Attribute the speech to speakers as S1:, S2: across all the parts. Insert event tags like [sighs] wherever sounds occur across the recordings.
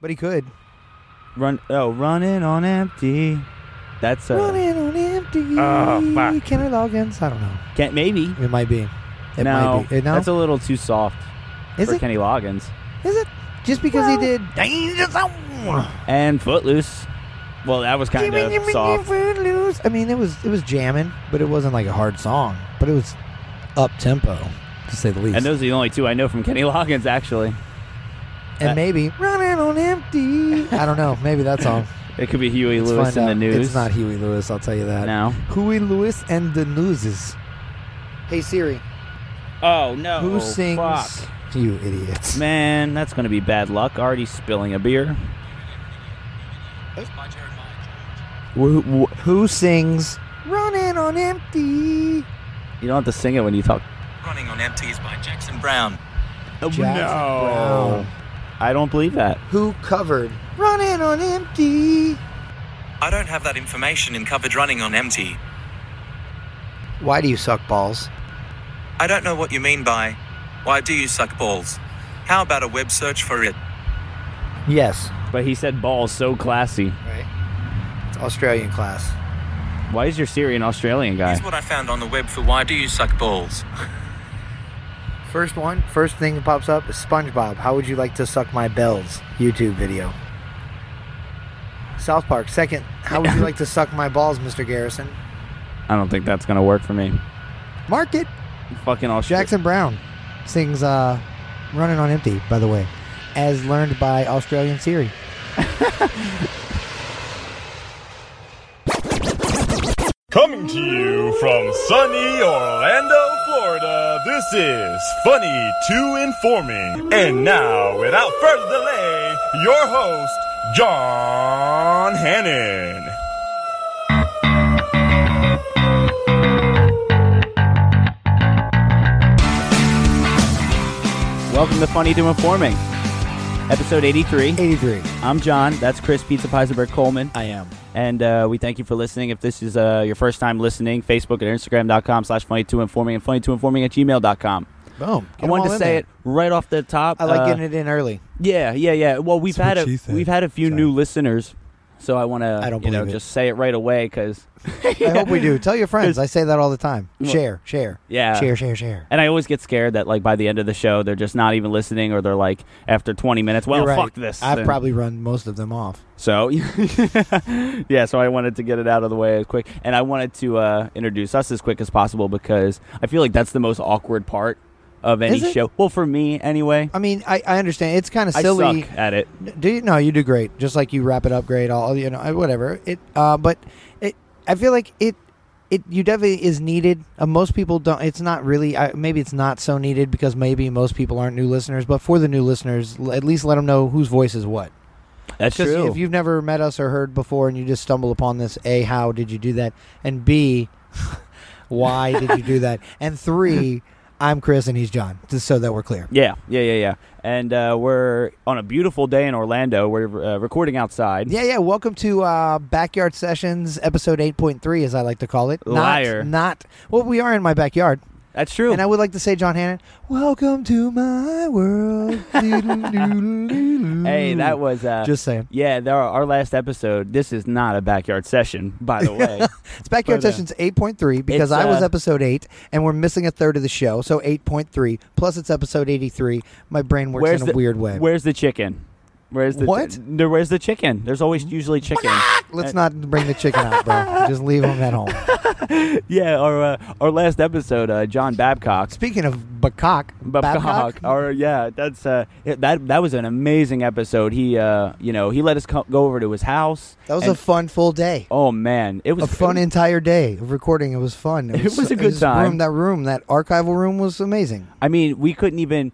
S1: but he could.
S2: Run. Oh, running on empty. That's uh,
S1: Running on empty.
S2: Oh, fuck.
S1: Kenny Loggins. I don't know.
S2: can't maybe.
S1: It might be. It
S2: no,
S1: might be. It, no?
S2: that's a little too soft
S1: is
S2: for
S1: it?
S2: Kenny Loggins.
S1: Is it? Just because
S2: Well-
S1: he did Danger Zone.
S2: And Footloose. Well, that was kind
S1: Jimmy,
S2: of
S1: Jimmy,
S2: soft.
S1: Jimmy, lose. I mean, it was it was jamming, but it wasn't like a hard song. But it was up tempo, to say the least.
S2: And those are the only two I know from Kenny Loggins, actually.
S1: And maybe running on empty. I don't know. Maybe that
S2: [laughs]
S1: song.
S2: It could be Huey
S1: Let's
S2: Lewis in
S1: find
S2: the
S1: out.
S2: news.
S1: It's not Huey Lewis. I'll tell you that.
S2: No.
S1: Huey Lewis and the Newses. Hey Siri,
S2: Oh no.
S1: who sings?
S2: Fuck.
S1: You idiots.
S2: Man, that's gonna be bad luck. Already spilling a beer.
S1: Who, who, who sings? Running on empty.
S2: You don't have to sing it when you talk.
S3: Running on Empties by Jackson Brown.
S2: Oh,
S1: Jackson Brown.
S2: I don't believe that.
S1: Who covered? Running on empty.
S3: I don't have that information in covered running on empty.
S1: Why do you suck balls?
S3: I don't know what you mean by. Why do you suck balls? How about a web search for it?
S1: Yes.
S2: But he said balls so classy.
S1: Right. It's Australian class.
S2: Why is your Syrian Australian guy?
S3: Here's what I found on the web for why do you suck balls.
S1: First one, first thing that pops up is SpongeBob. How would you like to suck my bells? YouTube video. South Park. Second, how would you like to suck my balls, Mr. Garrison?
S2: I don't think that's gonna work for me.
S1: Mark it.
S2: Fucking Australia.
S1: Jackson Brown sings uh, "Running on Empty." By the way, as learned by Australian Siri.
S4: Coming to you from sunny Orlando, Florida, this is Funny to Informing. And now, without further delay, your host, John Hannon.
S2: Welcome to Funny to Informing, episode 83.
S1: Eighty-three.
S2: I'm John. That's Chris Pizza Heisenberg Coleman.
S1: I am.
S2: And uh, we thank you for listening. If this is uh, your first time listening, Facebook and Instagram.com slash funny2informing and funny2informing at gmail.com.
S1: Boom.
S2: I wanted to say it right off the top.
S1: I like
S2: uh,
S1: getting it in
S2: [laughs]
S1: early.
S2: Yeah, yeah, yeah. Well, we've had
S4: That's what she
S2: a
S4: said.
S2: we've had a few
S4: Sorry.
S2: new listeners, so I want to
S1: I don't
S2: you know
S1: believe it.
S2: just say it right away because
S1: I hope we do. Tell your
S2: [laughs]
S1: friends. I say that all the time.
S2: Well-
S1: Share, share,
S2: yeah.
S1: share, share, share.
S2: And I always get scared that like by the end of the show they're just not even listening or they're like after 20 minutes, well,
S1: You're right.
S2: fuck this.
S1: I've
S2: then.
S1: probably run most of them off.
S2: So [laughs] yeah, so I wanted to get it out of the way as quick, and I wanted to uh, introduce us as quick as possible because I feel like that's the most awkward part of any
S1: Is it?
S2: show. Well, for me anyway,
S1: I mean, I, I understand. It's kind of
S2: I
S1: silly.
S2: suck at it.
S1: Do you, no, you do great. Just like you wrap it up great. All you know, whatever it. Uh, but it, I feel like it. It you definitely is needed. Uh, most people don't. It's not really. I, maybe it's not so needed because maybe most people aren't new listeners. But for the new listeners, l- at least let them know whose voice is what.
S2: That's
S1: Because
S2: true.
S1: if you've never met us or heard before, and you just stumble upon this, a how did you do that? And b [laughs] why did you do that? And three, I'm Chris and he's John. Just so that we're clear.
S2: yeah, yeah, yeah, yeah. And uh, we're on a beautiful day in Orlando. We're uh, recording outside.
S1: Yeah, yeah. Welcome to uh, Backyard Sessions, episode 8.3, as I like to call it. Not-
S2: Liar.
S1: Not, well, we are in my backyard.
S2: That's true.
S1: And I would like to say, John Hannon, welcome to my
S2: [laughs]
S1: world.
S2: hey,
S1: hey,
S2: that was uh,
S1: Mm. Just saying.
S2: yeah. There our last episode. This is not a backyard session, by the
S1: [laughs]
S2: way.
S1: It's Backyard
S2: But, uh,
S1: Sessions 8.3 because
S2: it's,
S1: I was
S2: uh,
S1: episode 8 and we're missing a third of the show. So 8.3 plus it's episode 83. My brain works in a
S2: the
S1: weird way.
S2: Where's the chicken? Where's the
S1: What? Mm.
S2: there, where's the chicken? There's always usually chicken. Uh,
S1: Let's not bring the chicken out,
S2: [laughs]
S1: bro. Just leave him at home.
S2: Yeah, our uh, our last episode, uh, John Babcock.
S1: Speaking of Babcock,
S2: Babcock. [laughs] Or yeah, that's uh, it- that that was an amazing episode. He uh, you know, he let us co- go over to his house.
S1: that was
S2: and-
S1: a fun full day.
S2: oh man, it was
S1: a fun entire day of recording. It was fun.
S2: It was a good
S1: this
S2: time.
S1: Room, that room, that archival room was amazing.
S2: I mean, we couldn't even.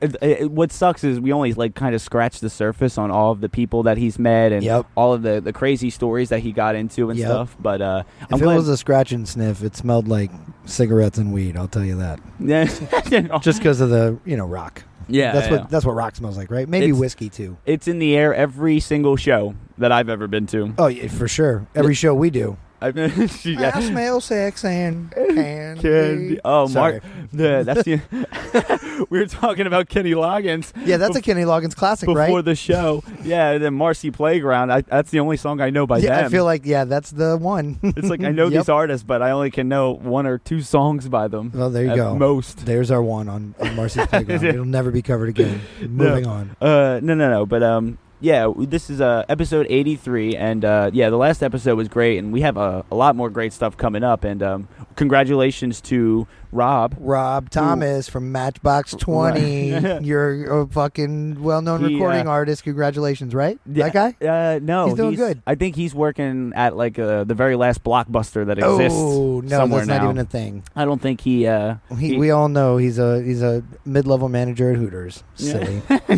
S2: it- it- What sucks is we only like kind of scratched the surface on all of the people that he's met and
S1: Yep.
S2: all of the, the crazy stories that he got into and
S1: Yep.
S2: stuff. But uh,
S1: If
S2: I'm
S1: it
S2: glad.
S1: was a scratch and sniff, it smelled like cigarettes and weed. I'll tell you that.
S2: [laughs] yeah,
S1: Just because of the you know rock.
S2: yeah,
S1: that's
S2: yeah.
S1: what that's what rock smells like, right? Maybe
S2: It's-
S1: whiskey too.
S2: it's in the air every single show that I've ever been to. [laughs]
S1: Oh, yeah, for sure. Every show we do,
S2: I've never. she- yeah.
S1: I smell sex and candy.
S2: [laughs] Candy. Oh,
S1: Sorry.
S2: Mark. The, that's the. [laughs] we were talking about Kenny Loggins.
S1: Yeah, that's a Kenny Loggins classic,
S2: before
S1: right?
S2: the show. Yeah, and then Marcy Playground. I, that's the only song I know by
S1: yeah,
S2: them.
S1: I feel like yeah, that's the one.
S2: [laughs]
S1: [laughs]
S2: it's like I know
S1: Yep.
S2: these artists, but I only can know one or two songs by them.
S1: Well, there you
S2: at
S1: go.
S2: Most.
S1: There's our one on, on Marcy's
S2: [laughs]
S1: playground. It'll never be covered again. Moving on.
S2: Uh, no, no, no. But um, yeah, w- this is uh episode eighty three, and uh, yeah, the last episode was great, and we have a, a lot more great stuff coming up. And um, congratulations to Rob.
S1: Rob Thomas from Matchbox Twenty.
S2: [laughs] Right.
S1: You're a fucking well-known
S2: He,
S1: recording
S2: uh,
S1: artist. Congratulations, right? That guy.
S2: Uh, no,
S1: He's doing good.
S2: I think he's working at like uh, the very last blockbuster that exists
S1: oh no,
S2: somewhere
S1: that's
S2: now.
S1: not even a thing.
S2: I don't think he. Uh,
S1: He, we all know he's a he's a mid-level manager at Hooters.
S2: [laughs]
S1: Silly.
S2: [laughs]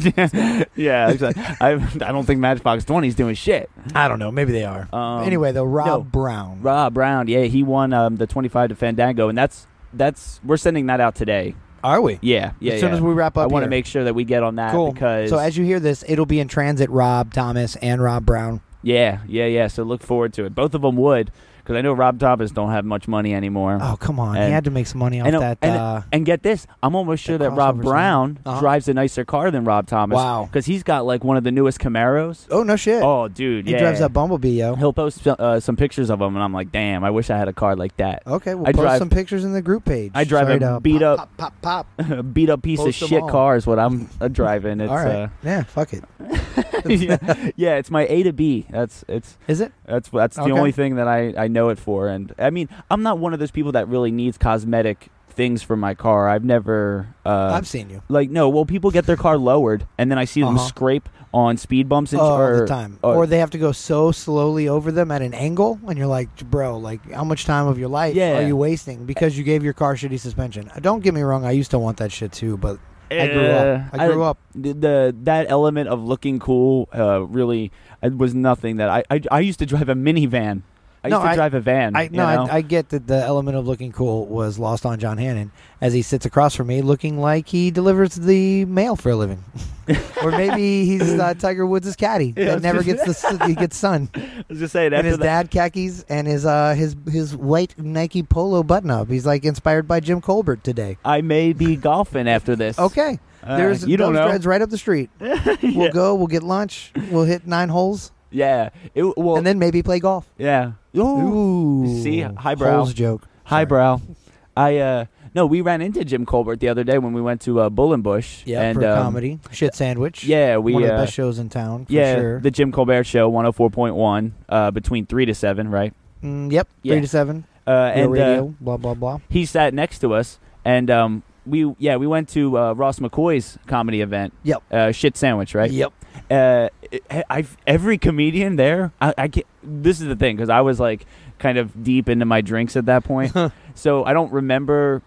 S1: [laughs]
S2: yeah, exactly. I, I don't think Matchbox Twenty is doing shit.
S1: I don't know. Maybe they are.
S2: Um,
S1: anyway, though, Rob
S2: no.
S1: Brown.
S2: Rob Brown, yeah, he won um, the twenty five to Fandango, and that's that's we're sending that out today.
S1: Are we?
S2: Yeah, yeah.
S1: As soon
S2: yeah.
S1: as we wrap up
S2: I want to
S1: here.
S2: make sure that we get on that
S1: Cool.
S2: because
S1: so as you hear this, it'll be in transit. Rob Thomas and Rob Brown.
S2: yeah, yeah, yeah. So look forward to it. Both of them would because I know Rob Thomas don't have much money anymore.
S1: Oh come on, he
S2: Uh-huh. And-
S1: had to make some money off
S2: and,
S1: that.
S2: and,
S1: uh,
S2: and get this, I'm almost sure that Rob
S1: crossover song.
S2: Brown
S1: Uh-huh.
S2: drives a nicer car than Rob Thomas.
S1: Wow.
S2: because he's got like one of the newest Camaros.
S1: oh no shit.
S2: Oh, dude,
S1: he
S2: yeah.
S1: drives that bumblebee, yo.
S2: He'll post uh, some pictures of him, and I'm like, damn, I wish I had a car like that. [laughs]
S1: Okay, we'll
S2: I
S1: post
S2: drive-
S1: some pictures in the group page.
S2: I drive
S1: Sorry
S2: a
S1: to
S2: beat
S1: pop,
S2: up-
S1: pop pop pop.
S2: a beat up piece
S1: Post
S2: of
S1: 'em
S2: shit
S1: all.
S2: car is what I'm uh, driving. It's
S1: [laughs] All right,
S2: uh,
S1: yeah, fuck it.
S2: [laughs] yeah, yeah, it's my A to B. That's it's
S1: Is it?
S2: that's that's the
S1: Okay.
S2: only thing that I I know it for. And I mean, I'm not one of those people that really needs cosmetic things for my car. I've never uh,
S1: I've seen you.
S2: like no. Well, people get their car lowered, and then I see them
S1: Uh-huh.
S2: scrape on speed bumps and
S1: Oh, all
S2: or,
S1: the time,
S2: or-
S1: or they have to go so slowly over them at an angle, and you're like, bro, like how much time of your life
S2: Yeah.
S1: are you wasting because you gave your car shitty suspension? Uh, Don't get me wrong, I used to want that shit too, but I grew
S2: Uh,
S1: up. I grew up.
S2: the, the that element of looking cool uh, really it was nothing that I, I I used to drive a minivan. I
S1: No,
S2: used to
S1: I-
S2: drive a van.
S1: I
S2: you
S1: no,
S2: know?
S1: I, I get that the element of looking cool was lost on John Hannon as he sits across from me, looking like he delivers the mail for a
S2: [laughs]
S1: living, or maybe he's uh, Tiger Woods' caddy
S2: Yeah, I
S1: that
S2: was
S1: never
S2: just-
S1: gets the s- he gets sun,
S2: I was just saying
S1: and
S2: after
S1: his
S2: that-
S1: dad khakis and his uh his his white Nike polo button up. He's like inspired by Jim Colbert today.
S2: I may be golfing after this.
S1: Okay,
S2: Uh,
S1: there's
S2: you don't
S1: those
S2: know.
S1: dreads right up the
S2: [laughs]
S1: street. We'll go. We'll get lunch. We'll hit nine holes,
S2: Yeah. It, well,
S1: and then maybe play golf.
S2: yeah.
S1: Ooh,
S2: See, highbrow.
S1: holes joke.
S2: Highbrow. I uh no, we ran into Jim Colbert the other day when we went to uh, Bullenbush.
S1: Yeah,
S2: and,
S1: for
S2: um,
S1: comedy, shit sandwich.
S2: Yeah, we
S1: one of the
S2: uh,
S1: best shows in town. For
S2: yeah
S1: sure.
S2: the Jim Colbert Show, one hundred four point one, uh, between three to seven, right?
S1: Mm, yep,
S2: Yeah.
S1: three to seven.
S2: Uh,
S1: Real
S2: and
S1: radio,
S2: Uh,
S1: blah blah blah.
S2: he sat next to us, and um, we yeah we went to uh, Ross McCoy's comedy event.
S1: Yep.
S2: Uh, shit sandwich, right?
S1: Yep.
S2: uh, I- I've, every comedian there, I, I can't, this is the thing because I was like kind of deep into my drinks at
S1: [laughs]
S2: that point, so I don't remember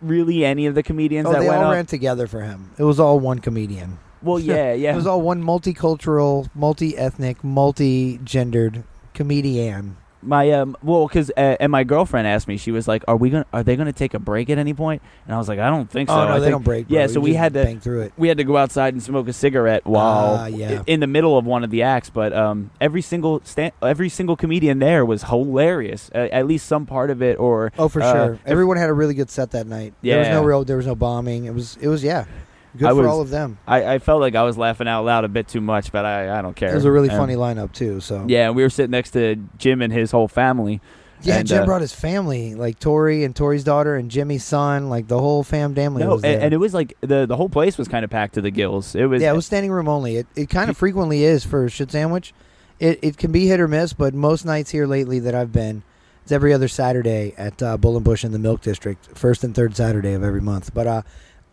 S2: really any of the comedians
S1: Oh,
S2: that
S1: they
S2: went
S1: all
S2: up.
S1: ran together for him. It was all one comedian.
S2: well, yeah,
S1: [laughs]
S2: yeah,
S1: It was all one multicultural, multi-ethnic, multi-gendered comedian.
S2: my um, well, because uh, and my girlfriend asked me, she was like, "Are we gonna? Are they gonna take a break at any point?" And I was like, "I don't think so."
S1: oh no,
S2: I
S1: they
S2: think-
S1: don't break. bro.
S2: Yeah, so
S1: You
S2: we
S1: just
S2: had to
S1: bang through it.
S2: we had to go outside and smoke a cigarette while
S1: Ah, yeah.
S2: in the middle of one of the acts. But um, every single sta- every single comedian there was hilarious. Uh, at least some part of it, or
S1: Oh, for
S2: uh,
S1: sure. Everyone had a really good set that night. There was
S2: Yeah.
S1: no real. There was no bombing. It was. It was yeah. Good
S2: I
S1: for
S2: was-
S1: all of them.
S2: I, I felt like I was laughing out loud a bit too much, but I, I don't care.
S1: It was a really
S2: And-
S1: funny lineup too. So
S2: Yeah, and we were sitting next to Jim and his whole family.
S1: Yeah,
S2: and,
S1: Jim
S2: uh,
S1: brought his family, like Tori and Tori's daughter and Jimmy's son, like the whole fam family
S2: No,
S1: was
S2: and,
S1: there.
S2: and it was like the the whole place was kind of packed to the gills. It was
S1: yeah, it was standing room only. It, it kind of frequently is for shit sandwich. It, it can be hit or miss, but most nights here lately that I've been, it's every other Saturday at uh, Bullenbush in the Milk District, first and third Saturday of every month. But uh,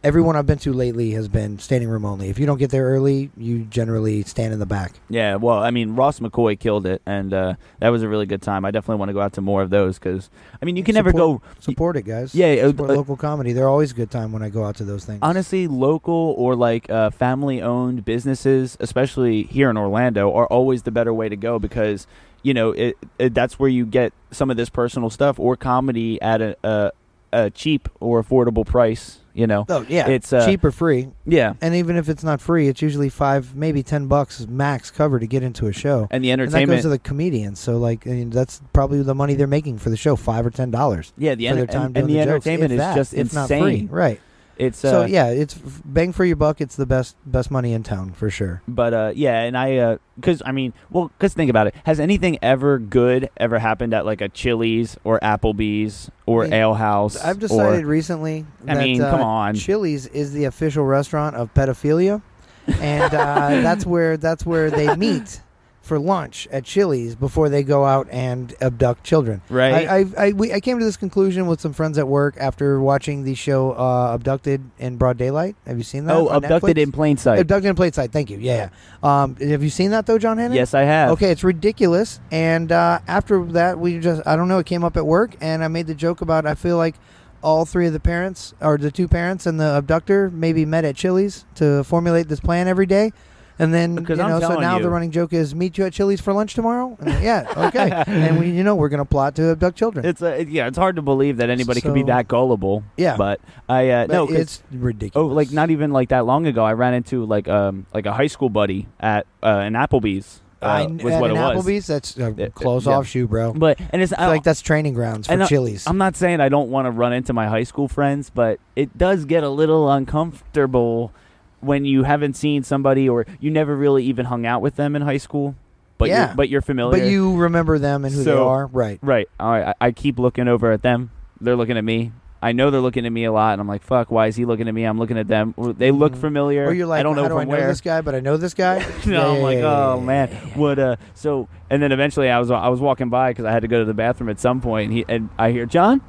S1: everyone I've been to lately has been standing room only. If you don't get there early, you generally stand in the back.
S2: yeah. Well, I mean, Ross McCoy killed it, and uh, that was a really good time. I definitely want to go out to more of those because I mean, you can never
S1: Support-
S2: go.
S1: Support it, guys.
S2: Yeah, uh,
S1: Support
S2: uh,
S1: local comedy. They're always a good time when I go out to those things.
S2: honestly local or like uh, family owned businesses especially here in orlando are always the better way to go because you know it, it, that's where you get some of this personal stuff or comedy at a, a a cheap or affordable price. You know,
S1: Oh yeah,
S2: It's, uh,
S1: cheap or free,
S2: yeah.
S1: and even if it's not free, it's usually five, maybe ten bucks max cover to get into a show.
S2: And the
S1: And that
S2: entertainment,
S1: goes to the comedians, so like I mean, that's probably the money they're making for the show, five or ten dollars
S2: yeah, the
S1: for
S2: enter-
S1: their time
S2: and,
S1: doing
S2: and the,
S1: jokes,
S2: entertainment
S1: if
S2: is
S1: that,
S2: just
S1: if not
S2: insane.
S1: free. right?
S2: It's uh,
S1: So yeah, it's f- bang for your buck. It's the best best money in town for sure.
S2: But uh, yeah, and I, because I mean, well, because think about it. Has anything ever good ever happened at like a Chili's or Applebee's
S1: I
S2: or
S1: mean,
S2: Ale House?
S1: I've
S2: or-
S1: decided recently.
S2: I
S1: that,
S2: mean,
S1: uh,
S2: come on.
S1: Chili's is the official restaurant of pedophilia, and uh, [laughs] that's where that's where they meet for lunch at Chili's before they go out and abduct children.
S2: Right.
S1: I I, I, we, I came to this conclusion with some friends at work after watching the show uh, Abducted in Broad Daylight. Have you seen that?
S2: oh,
S1: on
S2: abducted
S1: Netflix?
S2: in plain sight.
S1: Abducted in Plain Sight. Thank you. Yeah. yeah. Um, have you seen that though, John Hannon?
S2: yes, I have.
S1: Okay, it's ridiculous. And uh, after that, we just, I don't know, it came up at work, and I made the joke about I feel like all three of the parents, or the two parents and the abductor, maybe met at Chili's to formulate this plan every day. And then, you
S2: Because I'm
S1: know, so
S2: telling
S1: now
S2: you.
S1: the running joke is meet you at Chili's for lunch tomorrow? And,
S2: [laughs]
S1: yeah, okay. and we, you know, we're going to plot to abduct children.
S2: It's uh, yeah, it's hard to believe that anybody could be
S1: So-
S2: that gullible.
S1: Yeah.
S2: But I uh,
S1: But
S2: no, 'cause-
S1: it's ridiculous.
S2: oh, like not even like that long ago, I ran into like um like a high school buddy at uh, an Applebee's. Uh,
S1: I,
S2: was
S1: at
S2: what
S1: an
S2: it was.
S1: Applebee's, that's a
S2: Yeah,
S1: close
S2: yeah.
S1: off shoe, bro.
S2: But and it's
S1: I feel like that's training grounds for
S2: And I-
S1: Chili's.
S2: I'm not saying I don't want to run into my high school friends, but it does get a little uncomfortable when you haven't seen somebody or you never really even hung out with them in high school, but
S1: Yeah.
S2: you're, but you're familiar.
S1: but you remember them and who they
S2: So-
S1: are, right?
S2: right? All right. I, I keep looking over at them. They're looking at me. I know they're looking at me a lot, and I'm like, "Fuck, why is he looking at me? I'm looking at them. Or They look
S1: Mhm.
S2: familiar.
S1: Or you're like,
S2: I don't know
S1: how do
S2: from
S1: I know
S2: where.
S1: this guy, but I know this guy.
S2: [laughs] no,
S1: Yeah,
S2: I'm
S1: yeah,
S2: like,
S1: yeah,
S2: oh
S1: yeah, yeah,
S2: man,
S1: yeah, yeah.
S2: what? Uh, so, and then eventually, I was I was walking by because I had to go to the bathroom at some point, And he and I hear John.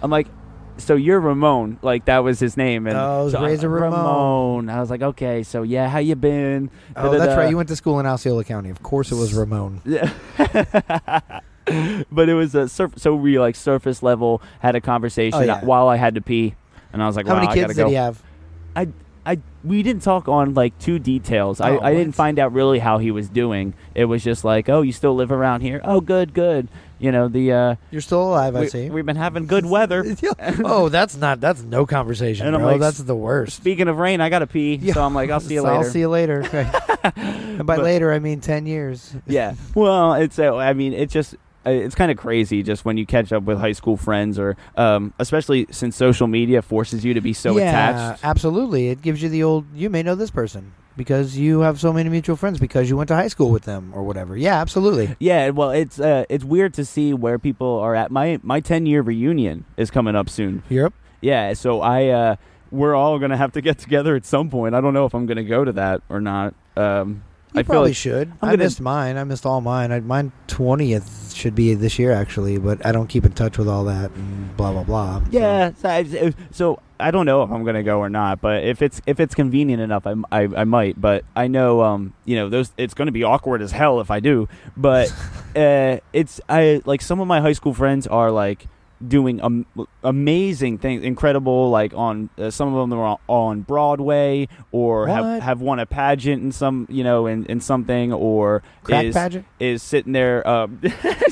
S2: I'm like, so you're Ramon? Like that was his name, and
S1: Oh, it was
S2: so I-
S1: Razor Ramon.
S2: Ramon. I was like, okay, so yeah, how you been? [laughs]
S1: Oh, that's
S2: Da-da-da.
S1: right. You went to school in Osceola County. Of course, it was Ramon.
S2: Yeah. but it was a surf- so we like surface level had a conversation
S1: Oh, yeah.
S2: while I had to pee, and I was like,
S1: How
S2: wow,
S1: many
S2: I
S1: kids
S2: gotta
S1: did
S2: go.
S1: he have?
S2: I, I, we didn't talk on like two details.
S1: Oh,
S2: I, I
S1: what?
S2: didn't find out really how he was doing. It was just like, oh, you still live around here? Oh, good, good. You know the uh,
S1: You're still alive, I
S2: we,
S1: [laughs] see.
S2: we've been having
S1: [laughs]
S2: good weather.
S1: oh, that's not. That's no conversation,
S2: And I'm
S1: bro.
S2: like,
S1: that's the worst.
S2: Speaking of rain, I gotta pee,
S1: Yeah.
S2: so I'm like, I'll see
S1: [laughs]
S2: you
S1: So
S2: later.
S1: I'll see you later.
S2: [laughs]
S1: Right. and by
S2: But-
S1: later, I mean ten years. [laughs]
S2: yeah. Well, it's uh, I mean, it's just uh, it's kind of crazy just when you catch up with high school friends or um, especially since social media forces you to be so
S1: yeah,
S2: attached.
S1: absolutely. It gives you the old. You may know this person because you have so many mutual friends because you went to high school with them or whatever. Yeah, absolutely.
S2: Yeah, well, it's uh, it's weird to see where people are at. My my 10 year reunion is coming up soon.
S1: Europe.
S2: Yeah, so I uh, we're all gonna have to get together at some point. I don't know if I'm gonna go to that or not. Um,
S1: You
S2: I feel
S1: probably
S2: like
S1: should.
S2: I'm
S1: I
S2: gonna-
S1: missed mine. I missed all mine. I, mine twentieth should be this year actually, but I don't keep in touch with all that and blah blah blah.
S2: yeah. So I, so I don't know if I'm gonna go or not, but if it's if it's convenient enough, I, I, I might. But I know um you know those it's gonna be awkward as hell if I do. But
S1: [laughs]
S2: uh, it's I like some of my high school friends are like doing um, amazing things incredible like on uh, some of them are on broadway or
S1: What?
S2: have have won a pageant in some you know in, in something or
S1: Crack
S2: is,
S1: pageant?
S2: is sitting there um,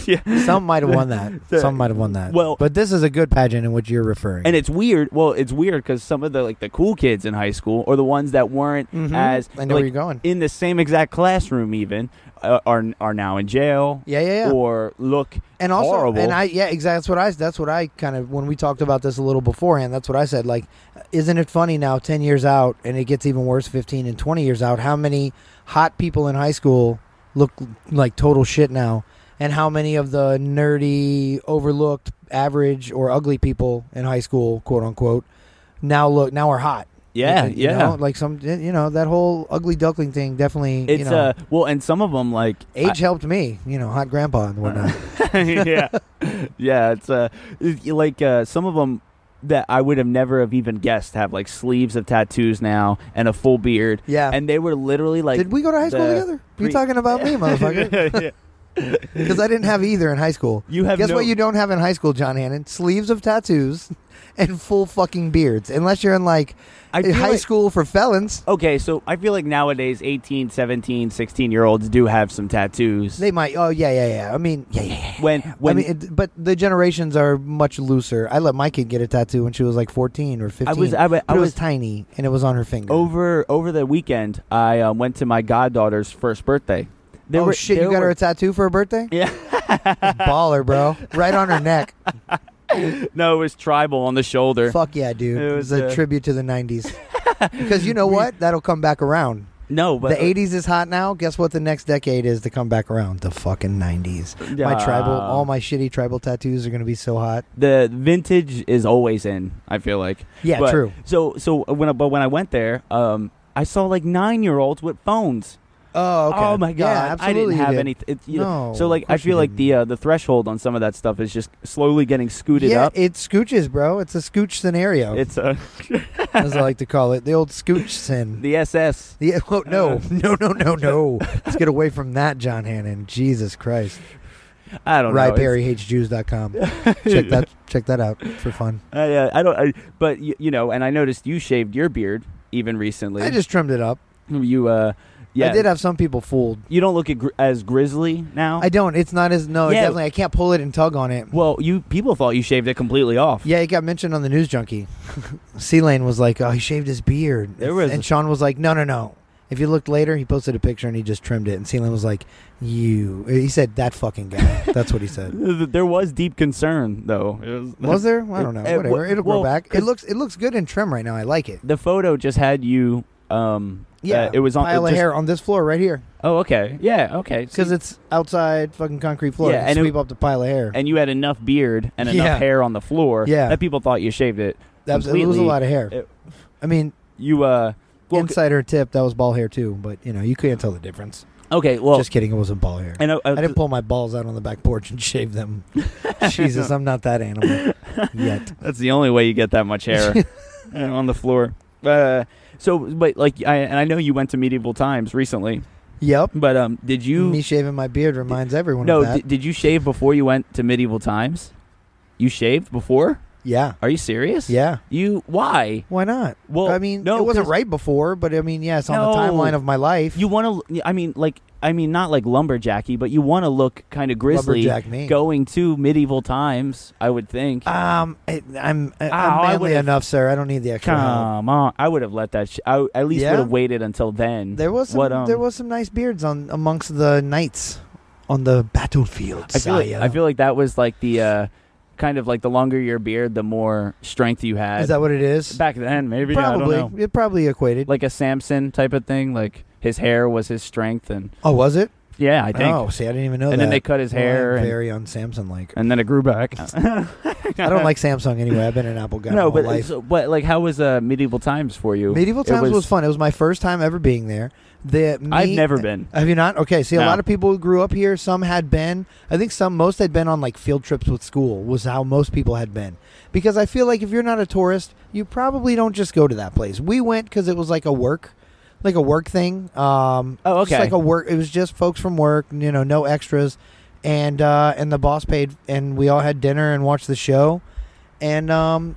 S2: yeah.
S1: Some might have won
S2: [laughs]
S1: that.
S2: The-
S1: Some might have won that.
S2: Well-
S1: but this is a good pageant in which you're referring.
S2: and it's weird well it's weird because some of the like the cool kids in high school or the ones that weren't
S1: Mhm.
S2: as
S1: I know where
S2: like,
S1: you're going.
S2: in the same exact classroom even uh, are are now in jail
S1: Yeah, yeah, yeah.
S2: or look
S1: and also,
S2: horrible
S1: and I yeah, exactly. That's what I. That's what I kind of when we talked about this a little beforehand. That's what I said. Like, isn't it funny now? Ten years out, and it gets even worse. Fifteen and twenty years out. How many hot people in high school look like total shit now? And how many of the nerdy, overlooked, average, or ugly people in high school, quote unquote, now look now are hot?
S2: yeah
S1: Like, you
S2: yeah
S1: know, like some, you know, that whole ugly duckling thing definitely.
S2: It's
S1: you know,
S2: uh well, and some of them like
S1: [laughs] Age helped me, you know, hot grandpa and whatnot.
S2: [laughs] yeah, yeah. It's uh it- like uh some of them that I would have never have even guessed have like sleeves of tattoos now and a full beard.
S1: Yeah.
S2: and they were literally like,
S1: Did we go to high school
S2: the
S1: together?
S2: pre-
S1: You're talking about me, motherfucker.
S2: [laughs] Yeah.
S1: because I didn't have either in high school.
S2: You have
S1: guess
S2: no-
S1: what you don't have in high school, John Hannon? Sleeves of tattoos [laughs] and full fucking beards, unless you're in like
S2: I feel
S1: high
S2: like-
S1: school for felons.
S2: Okay, so I feel like nowadays 18, 17, 16 year olds do have some tattoos.
S1: They might. Oh yeah, yeah, yeah. I mean, yeah, yeah, yeah.
S2: when
S1: I
S2: when
S1: mean, it, but the generations are much looser. I let my kid get a tattoo when she was like 14 or 15.
S2: was- I wa- I
S1: But it
S2: was-
S1: tiny, and it was on her finger.
S2: over over the weekend, I um, went to my goddaughter's first birthday. There
S1: oh
S2: were-
S1: shit! You
S2: there
S1: got her
S2: were-
S1: a tattoo for her birthday?
S2: [laughs] Yeah.
S1: Baller, bro. Right on her neck.
S2: no, it was tribal on the shoulder.
S1: Fuck yeah, dude.
S2: It
S1: It
S2: was,
S1: was, a
S2: uh,
S1: tribute to the
S2: [laughs]
S1: 90s. because you know what? That'll come back around.
S2: No, but uh,
S1: the 80s is hot now. Guess what the next decade is to come back around? The fucking 90s. My tribal,
S2: uh, Yeah.
S1: all my shitty tribal tattoos are going to be so hot.
S2: the vintage is always in. I feel like.
S1: Yeah,
S2: But-
S1: true.
S2: So so when I, but when I went there, um, I saw like nine year olds with phones.
S1: Oh, okay.
S2: Oh my god!
S1: Yeah,
S2: I
S1: absolutely.
S2: didn't have
S1: you did.
S2: any. It, you know,
S1: No,
S2: so like
S1: of
S2: I
S1: course
S2: feel
S1: you
S2: like the uh, the threshold on some of that stuff is just slowly getting scooted
S1: yeah,
S2: up.
S1: it scooches, bro. It's a scooch scenario,
S2: it's uh,
S1: [laughs]
S2: [laughs]
S1: as I like to call it. The old scooch sin.
S2: the SS.
S1: [laughs] Yeah, well, no,
S2: [laughs]
S1: no, no, no, no. Let's get away from that, John Hannon. Jesus Christ.
S2: I don't know. It's-
S1: RyePerryHatesJews.com. check that check that out for fun.
S2: I, uh, I don't. I, but you, you know, and I noticed you shaved your beard even recently.
S1: I just trimmed it up.
S2: you. Uh, yeah,
S1: I did have some people fooled.
S2: You don't look at gr- as grizzly now.
S1: I don't. It's not as no.
S2: Yeah.
S1: Definitely, I can't pull it and tug on it.
S2: well, you people thought you shaved it completely off.
S1: Yeah, it got mentioned on the news junkie. [laughs] C Lane was like, "Oh, he shaved his beard."
S2: There was-
S1: and Sean was like, "No, no, no." If you looked later, he posted a picture and he just trimmed it. And C Lane was like, "You," he said, "That fucking guy." That's what he
S2: [laughs]
S1: said.
S2: Th- There was deep concern though. It
S1: Was there? Well, I don't know.
S2: Eh,
S1: Whatever.
S2: wh-
S1: It'll grow
S2: well,
S1: back. It
S2: 'cause-
S1: looks it looks good in trim right now. I like it.
S2: the photo just had you. Um,
S1: Yeah,
S2: uh, it was on.
S1: pile
S2: it
S1: of
S2: just-
S1: hair on this floor right here
S2: Oh, okay. Yeah. Okay. See,
S1: because it's outside fucking concrete floor.
S2: Yeah,
S1: Yeah,
S2: and
S1: and
S2: it-
S1: sweep up the pile of hair.
S2: and you had enough beard and enough
S1: Yeah.
S2: hair on the floor
S1: Yeah.
S2: that people thought you shaved it.
S1: That was, it was a
S2: completely.
S1: lot of hair.
S2: It-
S1: I mean,
S2: You uh. Well,
S1: insider tip that was ball hair too, but you know you can't tell the difference.
S2: okay. Well,
S1: Just kidding, it wasn't ball hair.
S2: and uh, uh,
S1: I didn't pull my balls out on the back porch and [laughs] shave
S2: [laughs]
S1: them. Jesus, I'm not that animal yet.
S2: That's the only way you get that
S1: [laughs]
S2: much hair uh, on the floor. Uh, so, but like, I, and I know you went to medieval times recently,
S1: Yep,
S2: but um, did
S1: me
S2: you?
S1: shaving my beard reminds everyone
S2: No,
S1: of that.
S2: di- did you shave before you went to medieval times? You shaved before?
S1: yeah,
S2: Are you serious?
S1: yeah.
S2: You why?
S1: Why not?
S2: Well,
S1: I mean,
S2: no,
S1: it wasn't
S2: 'cause-
S1: right before, but I mean, yes, on
S2: No.
S1: the timeline of my life,
S2: You want to? I mean, like, I mean, not like lumberjacky, but you want to look kind of grizzly
S1: Lumberjack me.
S2: going to medieval times. I would think.
S1: Um, I, I'm I,
S2: Ah, I
S1: I'm manly
S2: would've-
S1: enough, sir. I don't need the extra. help.
S2: Come on, I would have let that. Sh- I at least
S1: Yeah?
S2: would have waited until then.
S1: There was some,
S2: What, um,
S1: there was some nice beards on amongst the knights on the battlefield.
S2: I feel, like,
S1: sire.
S2: I feel like that was like the uh, kind of like the longer your beard, the more strength you had.
S1: is that what it is?
S2: Back then, maybe
S1: probably
S2: I don't know.
S1: it probably equated.
S2: Like a Samson type of thing. Like his hair was his strength, and
S1: oh, was it?
S2: yeah, I think.
S1: Oh, see, I didn't even know
S2: And
S1: that.
S2: then they cut his
S1: Well,
S2: hair
S1: I'm
S2: and-
S1: very on Samsung
S2: [laughs]
S1: like.
S2: And then it grew back.
S1: I don't like Samsung anyway. I've been an Apple guy. my
S2: [laughs] no,
S1: whole
S2: but
S1: life.
S2: so, but like, how was uh, medieval times for you?
S1: medieval
S2: It
S1: times was, fun. It was my first time ever being there. The me,
S2: I've never been.
S1: Have you not? Okay. See,
S2: No.
S1: a lot of people who grew up here. Some had been. I think some, most had been on like field trips with school. Was how most people had been. Because I feel like if you're not a tourist, you probably don't just go to that place. We went because it was like a work, like a work thing. Um,
S2: Oh,
S1: just
S2: okay.
S1: like a work. It was just folks from work. You know, no extras. And uh, and the boss paid, and we all had dinner and watched the show. And um,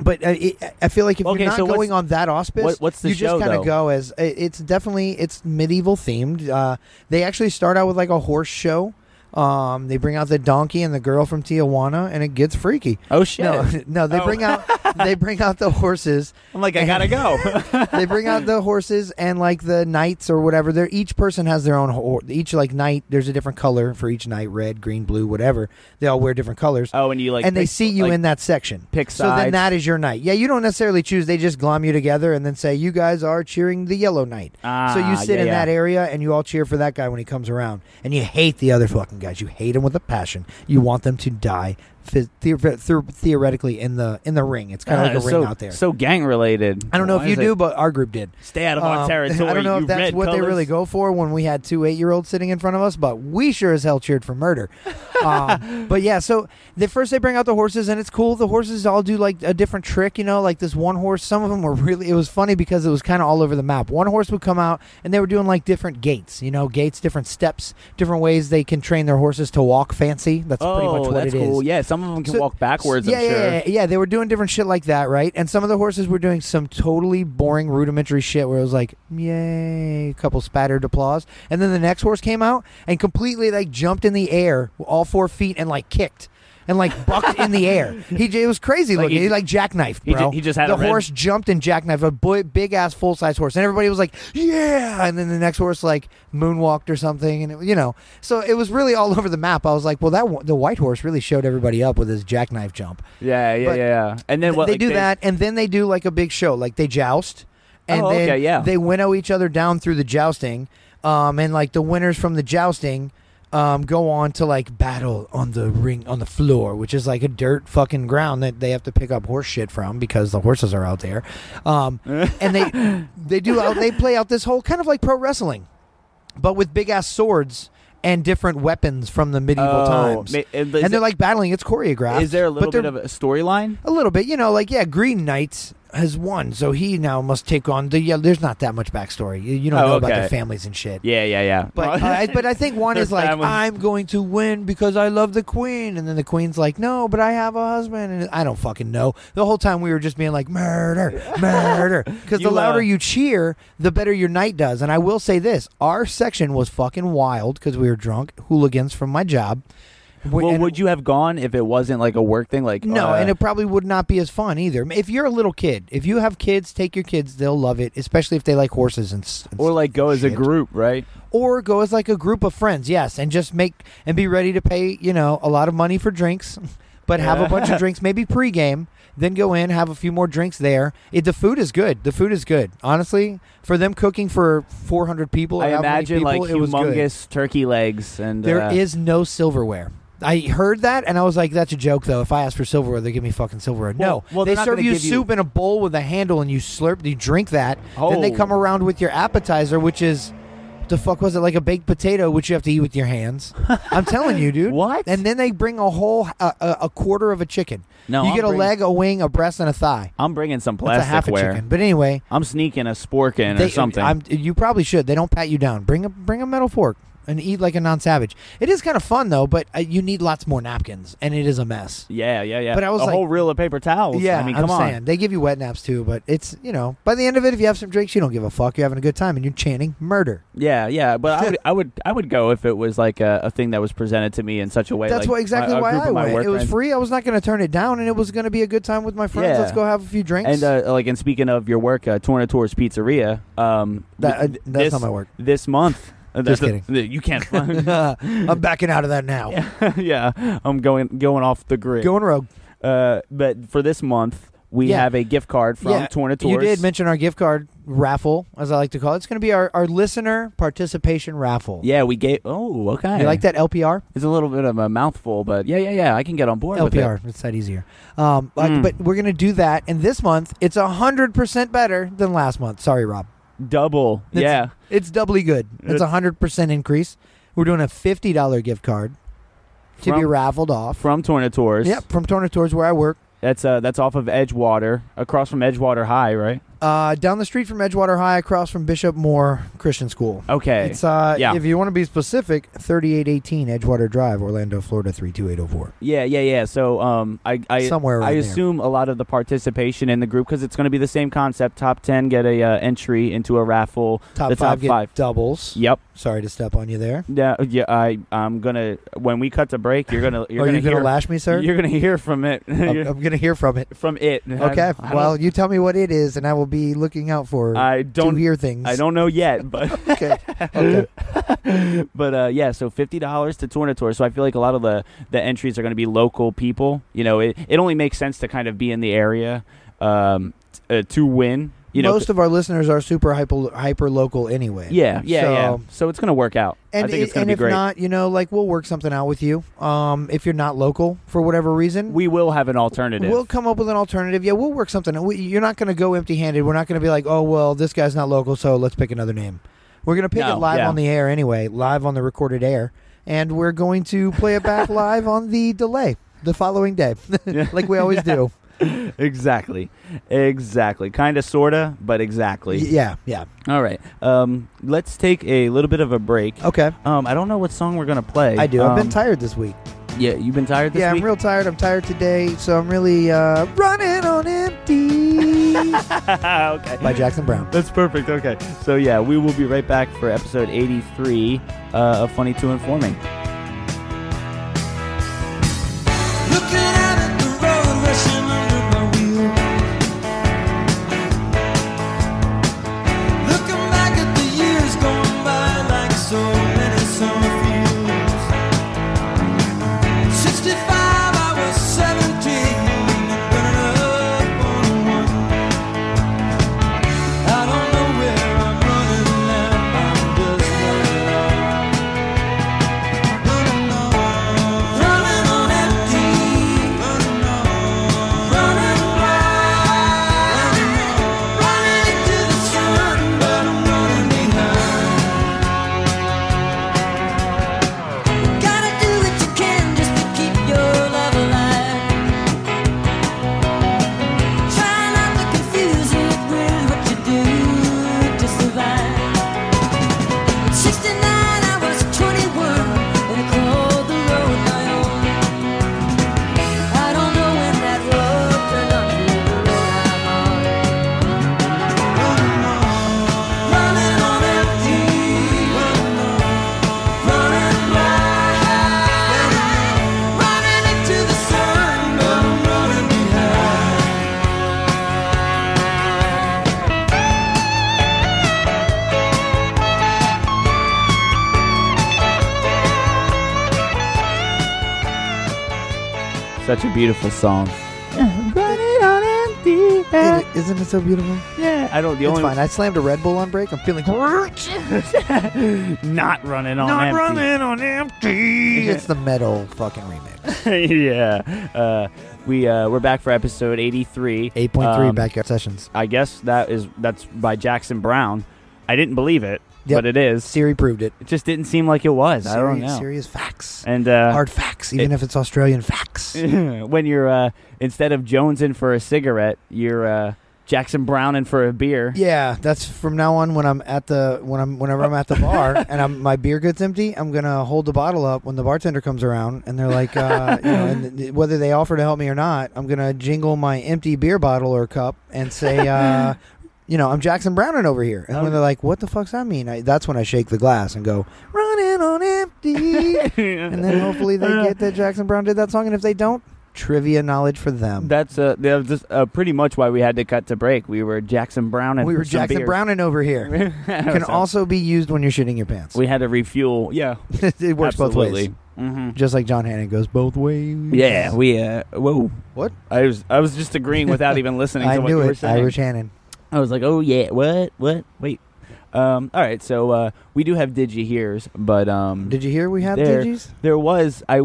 S1: but I, it, I feel like if
S2: Okay,
S1: you're not
S2: so what's-
S1: going on that auspice,
S2: what- what's the
S1: you
S2: show,
S1: just kind
S2: though?
S1: of go as it- it's definitely it's medieval themed. Uh, they actually start out with like a horse show. Um, they bring out the donkey and the girl from Tijuana, and it gets freaky.
S2: Oh shit!
S1: No, [laughs] no, they
S2: Oh.
S1: bring out they bring out the horses.
S2: [laughs] I'm like, I gotta go.
S1: [laughs]
S2: [laughs]
S1: They bring out the horses and like the knights or whatever. They're each person has their own ho- each like knight. There's a different color for each knight: red, green, blue, whatever. They all wear different colors
S2: oh, and you like,
S1: and they
S2: pick-
S1: see you
S2: like-
S1: in that section.
S2: pick
S1: So
S2: sides.
S1: then that is your night. Yeah, you don't necessarily choose. They just glom you together and then say, you guys are cheering the yellow knight. so
S2: Ah,
S1: you sit
S2: yeah,
S1: in
S2: yeah.
S1: that area and you all cheer for that guy when he comes around. And you hate the other fucking guys. You hate them with a passion. You want them to die phys- theor- theor- theoretically in the in the ring. It's kind of
S2: Ah,
S1: like a
S2: [laughs] so,
S1: ring out there.
S2: So gang related.
S1: I don't know
S2: Why
S1: if you
S2: is it-
S1: do, but our group did.
S2: Stay out of
S1: Um, [laughs]
S2: our territory.
S1: I don't know
S2: you
S1: if that's
S2: red
S1: what they
S2: colors.
S1: really go for when we had two eight year olds sitting in front of us, but we sure as hell cheered for
S2: [laughs]
S1: murder. um, but yeah, so the first they bring out the horses, and it's cool. The horses all do like a different trick, you know, like this one horse. Some of them were really, it was funny because it was kind of all over the map. One horse would come out, and they were doing like different gates, you know, gates, different steps, different ways they can train their horses to walk fancy. That's
S2: Oh,
S1: pretty much what
S2: that's
S1: it is.
S2: cool. Yeah, some of them can
S1: So-
S2: walk backwards.
S1: Yeah,
S2: I'm
S1: yeah,
S2: sure.
S1: yeah, yeah. They were doing different shit like that, right? And some of the horses were doing some totally boring, rudimentary shit where it was like, yay, a couple spattered applause. And then the next horse came out and completely like jumped in the air, all four feet, and like kicked. And like bucked in the air, he j- it was crazy
S2: Like
S1: looking. He,
S2: he-
S1: like jackknifed,
S2: he ju-
S1: bro.
S2: he just had
S1: the
S2: a red-
S1: horse jumped and jackknifed a big ass full size horse, and everybody was like, "Yeah!" And then the next horse like moonwalked or something, and it, you know, so it was really all over the map. I was like, "Well, that one- the white horse really showed everybody up with his jackknife jump."
S2: Yeah, yeah,
S1: But
S2: yeah. And then
S1: Th-
S2: what
S1: they
S2: like,
S1: do that, and then they do like a big show, like they joust, and
S2: Oh,
S1: then
S2: okay, yeah.
S1: they winnow each other down through the jousting, um, and like the winners from the jousting. Um, go on to like battle on the ring on the floor, which is like a dirt fucking ground that they have to pick up horse shit from because the horses are out there,
S2: [laughs]
S1: um, and they they do out, they play out this whole kind of like pro wrestling, but with big ass swords and different weapons from the medieval
S2: Oh,
S1: times,
S2: ma-
S1: and
S2: is
S1: they're
S2: it-
S1: like battling. It's choreographed.
S2: Is there a
S1: but
S2: little
S1: they're-
S2: bit of a storyline?
S1: a little bit, you know, like yeah, Green Knight has won, so he now must take on the. Yeah, there's not that much backstory. You, you don't
S2: Oh,
S1: know about
S2: okay.
S1: their families and shit.
S2: Yeah, yeah, yeah.
S1: But uh, I, but I think one
S2: Their
S1: is like
S2: families.
S1: I'm going to win because I love the queen, and then the queen's like, no, but I have a husband, and I don't fucking know. The whole time we were just being like
S2: [laughs]
S1: murder, murder, because
S2: You,
S1: the louder
S2: uh,
S1: you cheer, the better your night does. And I will say this: our section was fucking wild because we were drunk hooligans from my job.
S2: [laughs] well,
S1: and-
S2: would you have gone if it wasn't like a work thing? Like
S1: no,
S2: uh,
S1: and it probably would not be as fun either. If you're a little kid, if you have kids, take your kids; they'll love it, especially if they like horses and. s- and
S2: or
S1: s-
S2: like go as a
S1: Shit.
S2: group, right?
S1: or go as like a group of friends, yes, and just make and be ready to pay, you know, a lot of money for drinks, [laughs] but have a bunch of drinks, maybe pregame, then go in, have a few more drinks there. It, the food is good. The food is good, honestly. For them cooking for 400 people, or
S2: I
S1: how many
S2: imagine like
S1: people, it was good.
S2: humongous turkey legs and
S1: There is
S2: uh,
S1: no silverware. I heard that and I was like, that's a joke though. If I ask for silverware, they give me fucking silverware.
S2: Well-
S1: no.
S2: well,
S1: they
S2: they're not
S1: serve
S2: gonna
S1: you
S2: give you-
S1: soup in a bowl with a handle and you slurp, you drink that. Then they
S2: Oh.
S1: come around with your appetizer, which is, what the fuck was it? Like a baked potato, which you have to eat with your
S2: [laughs]
S1: hands. I'm telling you, dude.
S2: What?
S1: And then they bring a whole, a, a, a quarter of a chicken.
S2: No,
S1: You
S2: I'm
S1: get a
S2: bringing-
S1: leg, a wing, a breast, and a thigh.
S2: I'm bringing some
S1: That's a half
S2: plastic
S1: a
S2: ware.
S1: chicken. But anyway,
S2: I'm sneaking a sporkin
S1: they,
S2: or something.
S1: I'm, you probably should. They don't pat you down. Bring a bring a metal fork and eat like a non-savage. It is kind of fun though, but uh, you need lots more napkins, and it is a mess.
S2: yeah, yeah, yeah.
S1: But I was
S2: a
S1: like-
S2: whole reel of paper towels.
S1: Yeah,
S2: I mean, come
S1: am
S2: on.
S1: saying they give you wet naps too, but it's you know by the end of it, if you have some drinks, you don't give a fuck. You're having a good time, and you're chanting murder.
S2: Yeah, yeah, but I would, I would, I would go if it was like a, a thing that was presented to me in such a way.
S1: That's
S2: like
S1: why exactly
S2: a- a
S1: why
S2: group
S1: I
S2: of my
S1: went. It
S2: work
S1: was
S2: friends.
S1: free. I was not going to turn it down, and it was going to be a good time with my friends.
S2: Yeah.
S1: Let's go have a few drinks.
S2: And uh, like and speaking of your work, uh, Torna Tours Pizzeria. Um,
S1: That-
S2: th-
S1: uh, that's
S2: this-
S1: not my
S2: [laughs]
S1: work. [laughs]
S2: This month. Uh,
S1: Just
S2: that's the-
S1: kidding.
S2: the- you can't. [laughs] find-
S1: I'm backing out of that now.
S2: yeah, I'm going going off the grid.
S1: Going rogue.
S2: uh, but for this month, we
S1: Yeah.
S2: have a gift card from Torna Tours.
S1: You did mention our gift card raffle, as I like to call it. It's going to be our, our listener participation raffle.
S2: Yeah, we gave. Oh, okay.
S1: You like that LPR?
S2: It's a little bit of a mouthful, but yeah, yeah, yeah. I can get on board with it.
S1: LPR. It's that easier. Um, but-
S2: Mm.
S1: But we're going to do that. And this month, it's 100% better than last month. Sorry, Rob.
S2: Double.
S1: It's-
S2: yeah.
S1: It's doubly good. It's a 100% increase. We're doing a $50 gift card to be
S2: From-
S1: raffled off.
S2: From Torna Tours.
S1: Yep, from Torna Tours, where I work.
S2: That's uh, that's off of Edgewater, across from Edgewater High, right?
S1: Uh, down the street from Edgewater High, across from Bishop Moore Christian School.
S2: Okay.
S1: It's uh,
S2: Yeah.
S1: if you want to be specific, thirty-eight eighteen Edgewater Drive, Orlando, Florida three two eight zero four.
S2: yeah, yeah, yeah. So um, I I
S1: Somewhere around
S2: I
S1: there.
S2: assume a lot of the participation in the group because it's going to be the same concept. Top ten get a uh, entry into a raffle.
S1: Top
S2: the
S1: five
S2: top
S1: get
S2: five.
S1: doubles.
S2: Yep.
S1: Sorry to step on you there.
S2: Yeah. Yeah. I I'm gonna when we cut to break, you're gonna you're
S1: oh,
S2: gonna
S1: you're
S2: hear
S1: gonna lash me, sir.
S2: [laughs] you're gonna hear from it [laughs]
S1: I'm, I'm gonna hear from it.
S2: from it.
S1: Okay.
S2: [laughs] I, I
S1: well, you tell me what it is, and I will be looking out for
S2: don't, I
S1: to
S2: don't
S1: hear things.
S2: I don't know yet, but
S1: [laughs] Okay. okay.
S2: but uh, yeah, so fifty dollars to Torna Tour. So I feel like a lot of the the entries are going to be local people. You know, it, it only makes sense to kind of be in the area um, t- uh, to win. [laughs] you know,
S1: most of our listeners are super hyper hyper local anyway.
S2: yeah, yeah,
S1: so,
S2: yeah. So it's gonna work out.
S1: And
S2: I think
S1: i-
S2: it's gonna
S1: and
S2: be
S1: if
S2: great.
S1: not, you know, like we'll work something out with you. Um, if you're not local for whatever reason,
S2: we will have an alternative.
S1: We'll come up with an alternative. Yeah, we'll work something. We, you're not going to go empty-handed. We're not going to be like, oh well, this guy's not local, so let's pick another name. We're going to pick
S2: No,
S1: it live
S2: yeah.
S1: on the air anyway, live on the recorded air, and we're going to play it
S2: [laughs]
S1: back live on the delay the following day, [laughs] like we
S2: [laughs]
S1: always do.
S2: [laughs] exactly, exactly. Kind of, sorta, but exactly.
S1: Y- Yeah, yeah.
S2: All right. Um, let's take a little bit of a break.
S1: Okay,
S2: Um, I don't know what song we're gonna play.
S1: I do. I've been
S2: Um,
S1: tired this week.
S2: Yeah, you've been tired this
S1: yeah,
S2: week.
S1: I'm real tired. I'm tired today, so I'm really uh, running on
S2: [laughs]
S1: empty
S2: [laughs] okay.
S1: by Jackson Brown.
S2: That's perfect. Okay. So yeah, we will be right back for episode 83 uh, of Funny to Informing.
S5: Looking out at the road rushing under my wheel. Looking back at the years gone by like so many summer fields. 65, I was 17 and running up on one. I don't know where I'm running now. I'm just running on. Running on, running on empty. Running on, running wide. Running into the sun, but I'm running behind. Gotta do what you can just to keep your love alive. Try not to confuse it with what you do to survive. 69, I was 21, and I called the road my own. I don't know when that road turned up to the road I'm on. Running on empty, running wide, running into the sun, but I'm running behind.
S2: Such a beautiful song. Running on empty. Yeah.
S1: It- Isn't it so beautiful?
S2: yeah. I don't. The
S1: It's
S2: only
S1: fine. I slammed a Red Bull on break. I'm feeling.
S2: not running on empty.
S1: on empty.
S2: [laughs]
S1: It's the metal fucking remix.
S2: yeah. Uh, we uh, we're back for episode 83.
S1: 8.3
S2: Um,
S1: backyard sessions.
S2: I guess that is that's by Jackson Brown. I didn't believe it,
S1: Yep.
S2: but it is.
S1: Siri proved it.
S2: It just didn't seem like it was. I don't
S1: Siri-
S2: know.
S1: Serious facts.
S2: And uh,
S1: Hard facts, even if it's Australian facts.
S2: [laughs] when you're uh, instead of jonesing for a cigarette, you're uh, Jackson Browning for a beer.
S1: Yeah, that's from now on when I'm at the when I'm whenever I'm at the bar
S2: [laughs]
S1: and I'm my beer gets empty, I'm gonna hold the bottle up when the bartender comes around and they're like, uh, you know, and th- whether they offer to help me or not, I'm gonna jingle my empty beer bottle or cup and say,
S2: [laughs]
S1: uh, you know, I'm Jackson Browning over here. And when they're like, what the fuck's that mean? I, that's when I shake the glass and go running on empty,
S2: [laughs]
S1: and then hopefully they get that Jackson Brown did that song, and if they don't, trivia knowledge for them.
S2: That's uh, that was just uh, pretty much why we had to cut to break. We were Jackson Browning.
S1: we
S2: for
S1: were
S2: some
S1: Jackson
S2: beer. [laughs]
S1: Browning over here. can also be used when you're shitting your pants.
S2: We had to refuel. Yeah,
S1: [laughs] it works
S2: absolutely.
S1: both ways.
S2: hmm
S1: Just like John Hannon goes both ways.
S2: Yeah, we. Uh, whoa,
S1: What?
S2: I was I was just agreeing without even listening
S1: I
S2: to what
S1: knew
S2: you were
S1: it.
S2: saying.
S1: Irish Hannon.
S2: I was like, oh yeah, what, what, wait. Um, all right, so uh, we do have digi hears, but um,
S1: Did you hear we have
S2: There.
S1: digis?
S2: there was I [laughs]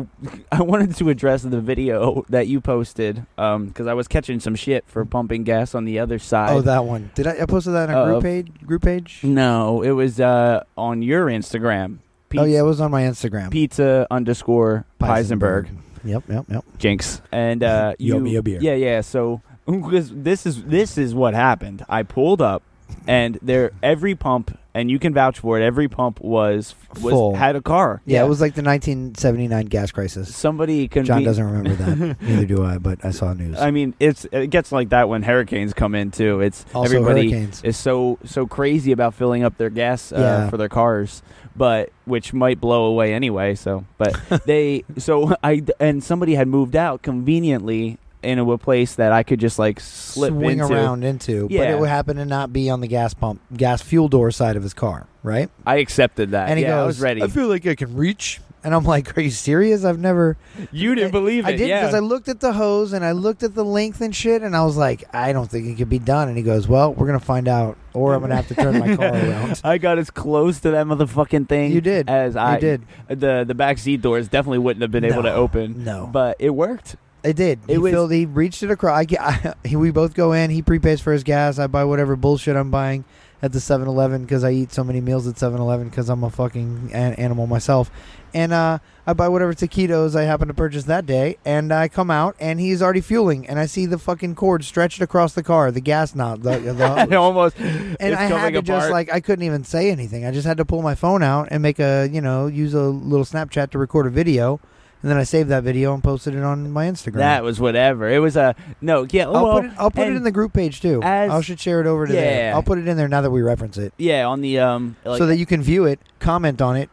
S2: I wanted to address the video that you posted because I was catching some shit for pumping gas on the other side.
S1: oh, that one. Did I, I posted that on a
S2: Uh,
S1: group page? Group page?
S2: [laughs] Mm, no, it was uh, on your Instagram. Pizza,
S1: Oh yeah, it was on my Instagram.
S2: pizza underscore Heisenberg.
S1: Yep, yep, yep.
S2: Jinx.
S1: [laughs]
S2: And uh,
S1: You
S2: you,
S1: owe me a beer.
S2: Yeah, yeah. So [laughs] 'cause this is this is what happened. I pulled up, and there every pump, and you can vouch for it. Every pump was was
S1: Full.
S2: had a car.
S1: Yeah, it was like the 1979 gas crisis.
S2: somebody. Conven-
S1: John doesn't remember
S2: [laughs]
S1: that. Neither do I, but I saw news.
S2: I mean, it's it gets like that when hurricanes come in too. It's
S1: Also
S2: everybody
S1: hurricanes.
S2: is so so crazy about filling up their gas uh,
S1: Yeah.
S2: for their cars, but which might blow away anyway. So,
S1: [laughs]
S2: but they so I and somebody had moved out conveniently into a place that I could just like slip
S1: Swing
S2: into.
S1: around into, but
S2: Yeah.
S1: it would happen to not be on the gas pump, gas fuel door side of his car, right?
S2: I accepted that.
S1: And he
S2: Uh, yeah,
S1: goes,
S2: I was ready.
S1: feel like I can reach. And I'm like, are you serious? I've never.
S2: You didn't believe it.
S1: I didn't
S2: yeah.
S1: because I looked at the hose and I looked at the length and shit, and I was like, I don't think it could be done. And he goes, Well, we're gonna find out, or I'm gonna have to turn
S2: [laughs]
S1: my car around.
S2: I got as close to that motherfucking thing.
S1: You did.
S2: As
S1: You
S2: I
S1: did.
S2: The the back seat doors definitely wouldn't have been able to
S1: No.
S2: open.
S1: No.
S2: But it worked.
S1: It did.
S2: It
S1: he
S2: was-
S1: filled. He reached it across. I, ge- I, he- we both go in. He prepays for his gas. I buy whatever bullshit I'm buying at the 7-Eleven because I eat so many meals at 7-Eleven because I'm a fucking an- animal myself. And uh, I buy whatever taquitos I happen to purchase that day. And I come out and he's already fueling. And I see the fucking cord stretched across the car, the gas knot, the, the
S2: [laughs] It
S1: hose.
S2: almost.
S1: and
S2: it's
S1: I had
S2: coming
S1: to just
S2: apart.
S1: like I couldn't even say anything. I just had to pull my phone out and make a you know use a little Snapchat to record a video, and then I saved that video and posted it on my Instagram.
S2: That was whatever. It was a no. Yeah.
S1: I'll
S2: Oh, well,
S1: put it, I'll put it
S2: and-
S1: in the group page too.
S2: as-
S1: I should share it over to there.
S2: Yeah.
S1: I'll put it in there now that we reference it,
S2: Yeah, on the um. Like,
S1: so that you can view it, comment on it,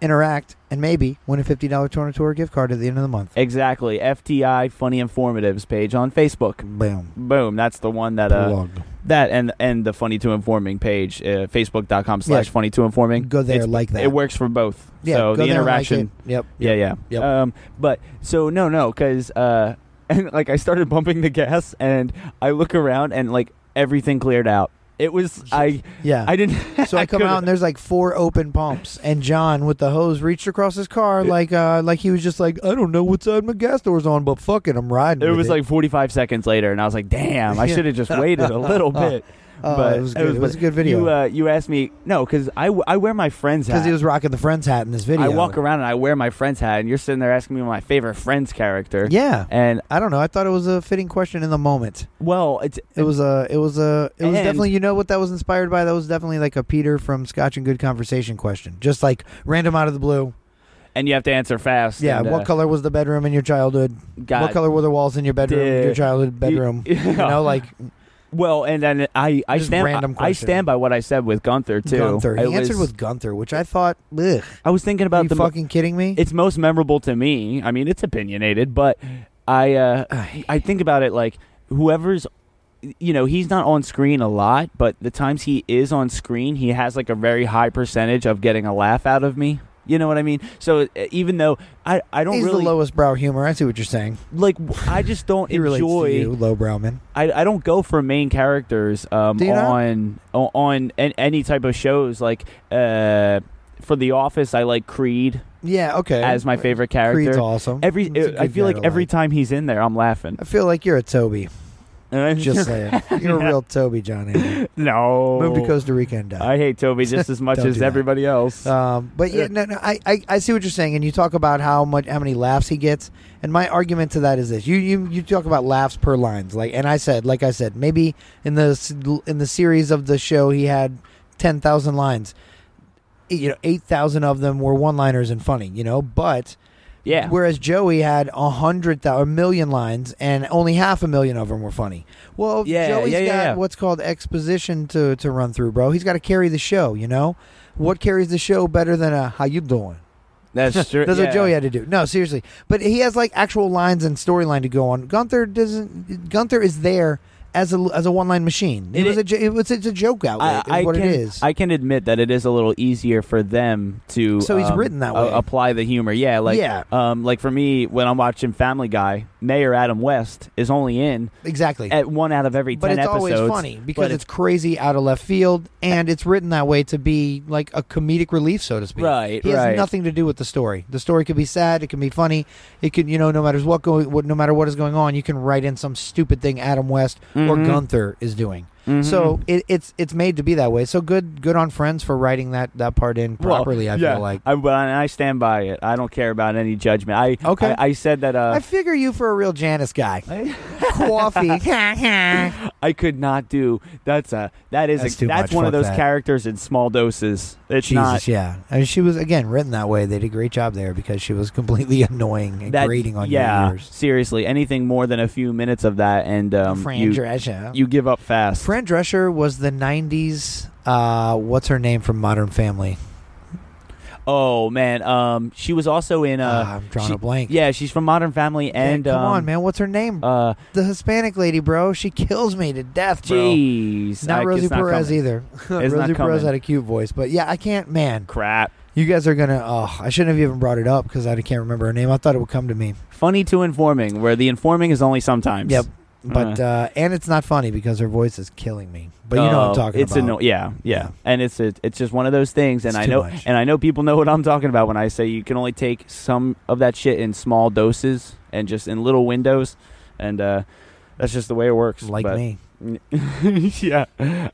S1: interact, and maybe win a fifty dollar Tour Tour gift card at the end of the month.
S2: exactly FTI Funny Informatives page on Facebook.
S1: Boom.
S2: Boom. That's the one that uh.
S1: Plug.
S2: That and and the funny to informing page, uh, facebook.com slash
S1: Yeah.
S2: funny to informing.
S1: Go there, like that.
S2: It works for both.
S1: Yeah.
S2: so
S1: go
S2: the
S1: there and like
S2: interaction.
S1: it. Yep.
S2: Yeah, yeah.
S1: Yep.
S2: Um, but so no, no, because uh, [laughs] and like I started bumping the gas, and I look around, and like everything cleared out. It was I,
S1: Yeah.
S2: [laughs] I didn't.
S1: [laughs] So I come
S2: couldn't-
S1: out and there's like four open pumps, and John with the hose reached across his car like uh like he was just like I don't know what side my gas door's on, but fuck it, I'm riding.
S2: It
S1: with
S2: was like 45 seconds later, and I was like, "Damn, I
S1: [laughs] Yeah.
S2: should have just waited
S1: [laughs]
S2: a little bit."
S1: Oh,
S2: but
S1: it was good. It was a good video.
S2: You, uh, you asked me no, because I, w- I wear my friend's hat.
S1: because he was rocking the friend's hat in this video.
S2: I walk around and I wear my friend's hat, and you're sitting there asking me my favorite friend's character.
S1: Yeah.
S2: And
S1: I don't know. I thought it was a fitting question in the moment.
S2: well, it's
S1: It was a. It was a. It was
S2: And-
S1: definitely. You know what that was inspired by? That was definitely like a Peter from Scotch and Good Conversation question. Just like random out of the blue.
S2: and you have to answer fast.
S1: Yeah.
S2: and,
S1: what
S2: uh,
S1: color was the bedroom in your childhood?
S2: God
S1: what color were the walls in your bedroom?
S2: damn.
S1: Your childhood
S2: [laughs]
S1: bedroom.
S2: Yeah.
S1: You know, like
S2: Well, and then I I
S1: Just
S2: stand
S1: random
S2: I, I
S1: question.
S2: stand by what I said with Gunther too.
S1: Gunther. He
S2: I
S1: answered
S2: was,
S1: with Gunther, which I thought. Ugh,
S2: I was thinking
S1: are
S2: about
S1: you
S2: the mo-
S1: fucking kidding me?
S2: it's most memorable to me. I mean, it's opinionated, but I uh, I think about it like whoever's you know he's not on screen a lot, but the times he is on screen, he has like a very high percentage of getting a laugh out of me. You know what I mean? So uh, even though I I don't
S1: He's
S2: really
S1: the lowest brow humor. I see what you're saying.
S2: like I just
S1: [laughs]
S2: don't
S1: He relates
S2: enjoy
S1: to you, low brow man.
S2: I, I don't go for main characters um,
S1: Do you not?
S2: on o- on an, any type of shows like uh, for The Office. I like Creed
S1: Yeah. Okay.
S2: as my favorite character.
S1: Creed's awesome.
S2: Every uh,
S1: It's a
S2: I
S1: good
S2: feel
S1: guy
S2: like
S1: to
S2: every time he's in there, I'm laughing.
S1: I feel like you're a Toby. [laughs]
S2: [laughs]
S1: Just saying, you're a real Toby, John. [laughs] Anderson.
S2: no.
S1: Move to Costa Rica and die.
S2: I hate Toby
S1: [laughs]
S2: just as much
S1: Don't do
S2: as
S1: that.
S2: everybody else.
S1: Um, but yeah,
S2: Uh,
S1: no, no, I, I, I see what you're saying, and you talk about how much how many laughs he gets, and my argument to that is this: you you, you talk about laughs per lines, like, and I said, like I said, maybe in the s- in the series of the show he had ten thousand lines, you know, eight thousand of them were one liners and funny, you know, but
S2: yeah.
S1: Whereas Joey had a hundred thou- a million lines, and only half a million of them were funny. Well,
S2: Yeah,
S1: Joey's
S2: yeah, yeah,
S1: got
S2: yeah.
S1: what's called exposition to to run through, bro. He's got to carry the show. You know, what carries the show better than a "How you doing"? [laughs]
S2: that's true.
S1: That's
S2: yeah.
S1: what Joey had to do. No, seriously, but he has like actual lines and storyline to go on. Gunther doesn't. Gunther is there as a as a one line machine. It,
S2: It
S1: was
S2: i-
S1: a jo- it was it's a joke outlet. is what
S2: can,
S1: it is.
S2: I can admit that it is a little easier for them to
S1: So he's
S2: um,
S1: written that
S2: a-
S1: way.
S2: apply the humor. Yeah, like
S1: Yeah.
S2: um like for me when I'm watching Family Guy, Mayor Adam West is only in
S1: exactly.
S2: at one out of every
S1: but
S2: ten
S1: it's
S2: episodes.
S1: always funny because
S2: but
S1: it's, crazy out of left field and it's written that way to be like a comedic relief so to speak
S2: Right,
S1: it has
S2: right.
S1: nothing to do with the story the story could be sad it can be funny it could you know no matter what go what, no matter what is going on you can write in some stupid thing adam west or
S2: Mm-hmm.
S1: gunther is doing so it, it's it's made to be that way so good good on friends for writing that that part in
S2: Well,
S1: properly i
S2: yeah,
S1: feel like
S2: I, but I, I stand by it. I don't care about any judgment. I
S1: Okay.
S2: I, I said that
S1: I
S2: uh,
S1: figure you for a real Janice
S2: [laughs]
S1: guy. Coffee. [laughs]
S2: I could not do. That's a that is
S1: That's
S2: a,
S1: too
S2: that's
S1: much,
S2: one of
S1: fuck
S2: those
S1: that.
S2: characters in small doses. It's
S1: Jesus,
S2: not.
S1: yeah. I mean, she was again written that way. They did a great job there because she was [laughs] completely annoying and
S2: That,
S1: grating on
S2: yeah,
S1: your ears.
S2: seriously, anything more than a few minutes of that, and um,
S1: Fran
S2: you
S1: Drescher.
S2: you give up fast.
S1: Fran Drescher was the '90s. Uh, what's her name from Modern Family?
S2: Oh man, um, she was also in. Uh,
S1: Ah, I'm drawing
S2: she-
S1: a blank.
S2: Yeah, she's from Modern Family, and
S1: Yeah, come
S2: um,
S1: on, man, what's her name?
S2: Uh,
S1: the Hispanic lady, bro. She kills me to death, bro.
S2: jeez,
S1: Not
S2: I-
S1: Rosie
S2: it's
S1: Perez
S2: coming.
S1: either. [laughs]
S2: not
S1: Rosie Perez
S2: coming.
S1: had a cute voice, but yeah, I can't, man.
S2: Crap.
S1: You guys are gonna. Oh, I shouldn't have even brought it up because I can't remember her name. I thought it would come to me.
S2: Funny to informing, where the informing is only sometimes.
S1: Yep. But uh, and it's not funny because her voice is killing me. But you know what I'm
S2: Oh,
S1: talking
S2: it's
S1: about.
S2: anno- yeah, yeah,
S1: Yeah.
S2: and it's it, it's just one of those things, and
S1: It's
S2: I
S1: too
S2: know,
S1: much.
S2: and I know people know what I'm talking about when I say you can only take some of that shit in small doses and just in little windows, and uh, that's just the way it works.
S1: Like
S2: but-
S1: me.
S2: [laughs] yeah,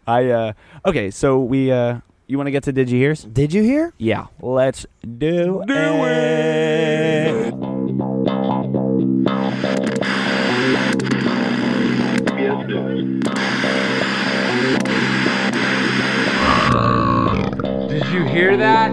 S2: I uh, okay. So we uh, you want to get to did you hears?
S1: Did you hear?
S2: Yeah, let's do, do it.
S6: Did you hear that?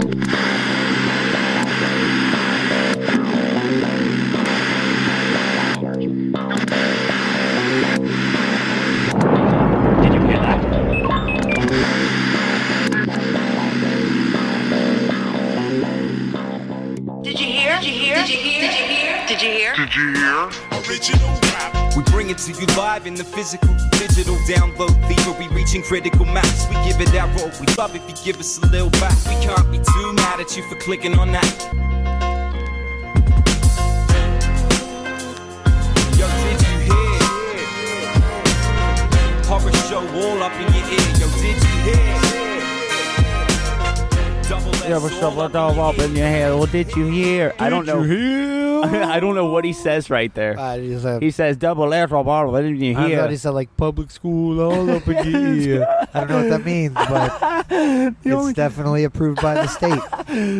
S7: Did you hear? Did you hear? Did you hear? Did you hear? Did you
S2: [laughs]
S8: We bring it to you live in the physical, digital, download lever. We reaching critical mass. We give it that roll. We love if you give us a little back. We can't be too mad at you for clicking on that. Yo, did you hear? Horror show all up in your ear. Yo, did you hear? Double S all up in your ear.
S2: Well, did you hear? [laughs] I don't know. I don't know what he says right
S1: [laughs]
S2: there.
S1: I just have.
S2: he says double lateral bottle. What did you
S1: Uh, I
S2: hear?
S1: thought he said like public school all up in
S2: [laughs]
S1: your ear. I don't know what that means, but it's
S2: only-
S1: definitely approved by the state.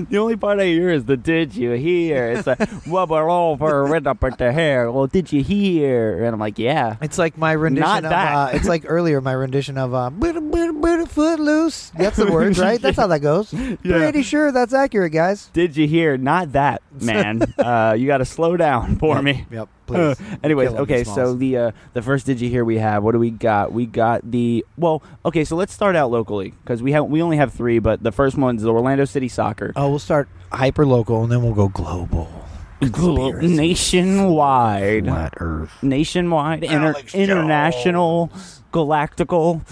S2: The only part I hear is the did you hear?
S1: [laughs]
S2: It's like rubber over red up at the hair. Well, did you hear? And I'm like, yeah.
S1: It's like my rendition
S2: [laughs] Not
S1: of.
S2: that.
S1: Uh, it's like earlier my rendition of uh, "Bit- bit- bit- footloose. That's the words, right? That's how that
S2: [laughs]
S1: goes. Pretty sure that's accurate, guys.
S2: Did you hear? Not
S1: [laughs]
S2: that, man. uh, you got to slow down [laughs] for me. Uh,
S1: Yep. Please.
S2: [laughs] Anyways,
S1: Kill 'em,
S2: okay,
S1: the
S2: so
S1: smalls.
S2: the uh, the first did you hear we have? What do we got? We got the well. Okay, so let's start out locally because we have we only have three, but the first one's the Orlando City Soccer.
S1: Oh, we'll start hyper local and then we'll go global.
S2: Glo- nationwide,
S1: Flat Earth.
S2: nationwide, inter- international, galactical.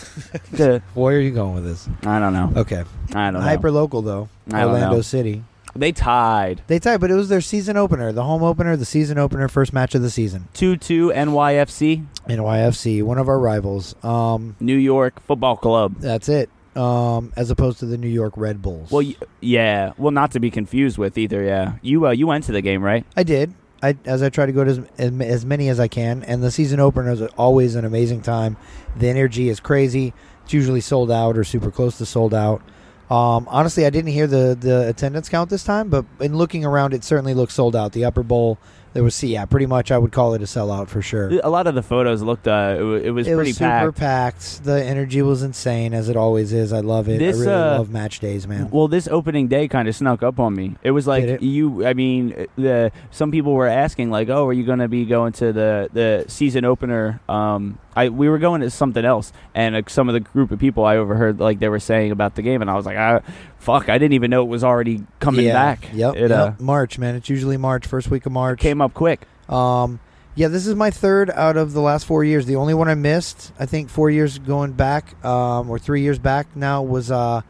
S2: the,
S1: Where are you going with this?
S2: I don't know.
S1: Okay.
S2: I don't know.
S1: Hyper local though.
S2: I don't
S1: Orlando
S2: know.
S1: City.
S2: they tied
S1: They tied, but it was their season opener, the home opener, the season opener, first match of the season.
S2: two two NYFC
S1: NYFC, one of our rivals. Um,
S2: New York Football Club.
S1: that's it. Um, as opposed to the New York Red Bulls.
S2: Well, y- yeah. Well, not to be confused with either. Yeah, you uh, you went to the game, right?
S1: I did. I as I try to go to as, as, ma- as many as I can, and the season opener is always an amazing time. The energy is crazy. It's usually sold out or super close to sold out. Um, honestly, I didn't hear the the attendance count this time, but in looking around, it certainly looked sold out. The upper bowl, there was yeah, pretty much I would call it a sellout for sure.
S2: A lot of the photos looked. Uh, it, wa- it was
S1: it
S2: pretty
S1: was super
S2: packed.
S1: packed. The energy was insane, as it always is. I love it.
S2: This,
S1: I really
S2: uh,
S1: love match days, man.
S2: Well, this opening day kind of snuck up on me. It was like
S1: Did it?
S2: you. I mean, the some people were asking like, "Oh, are you going to be going to the the season opener?" Um, I we were going to something else, and uh, some of the group of people I overheard like they were saying about the game, and I was like, "Ah, fuck! I didn't even know it was already coming
S1: yeah.
S2: back."
S1: Yep.
S2: It
S1: yep.
S2: uh,
S1: March, man. It's usually March, first week of March.
S2: came up quick.
S1: Um, yeah, this is my third out of the last four years. The only one I missed, I think, four years going back, um, or three years back now, was uh,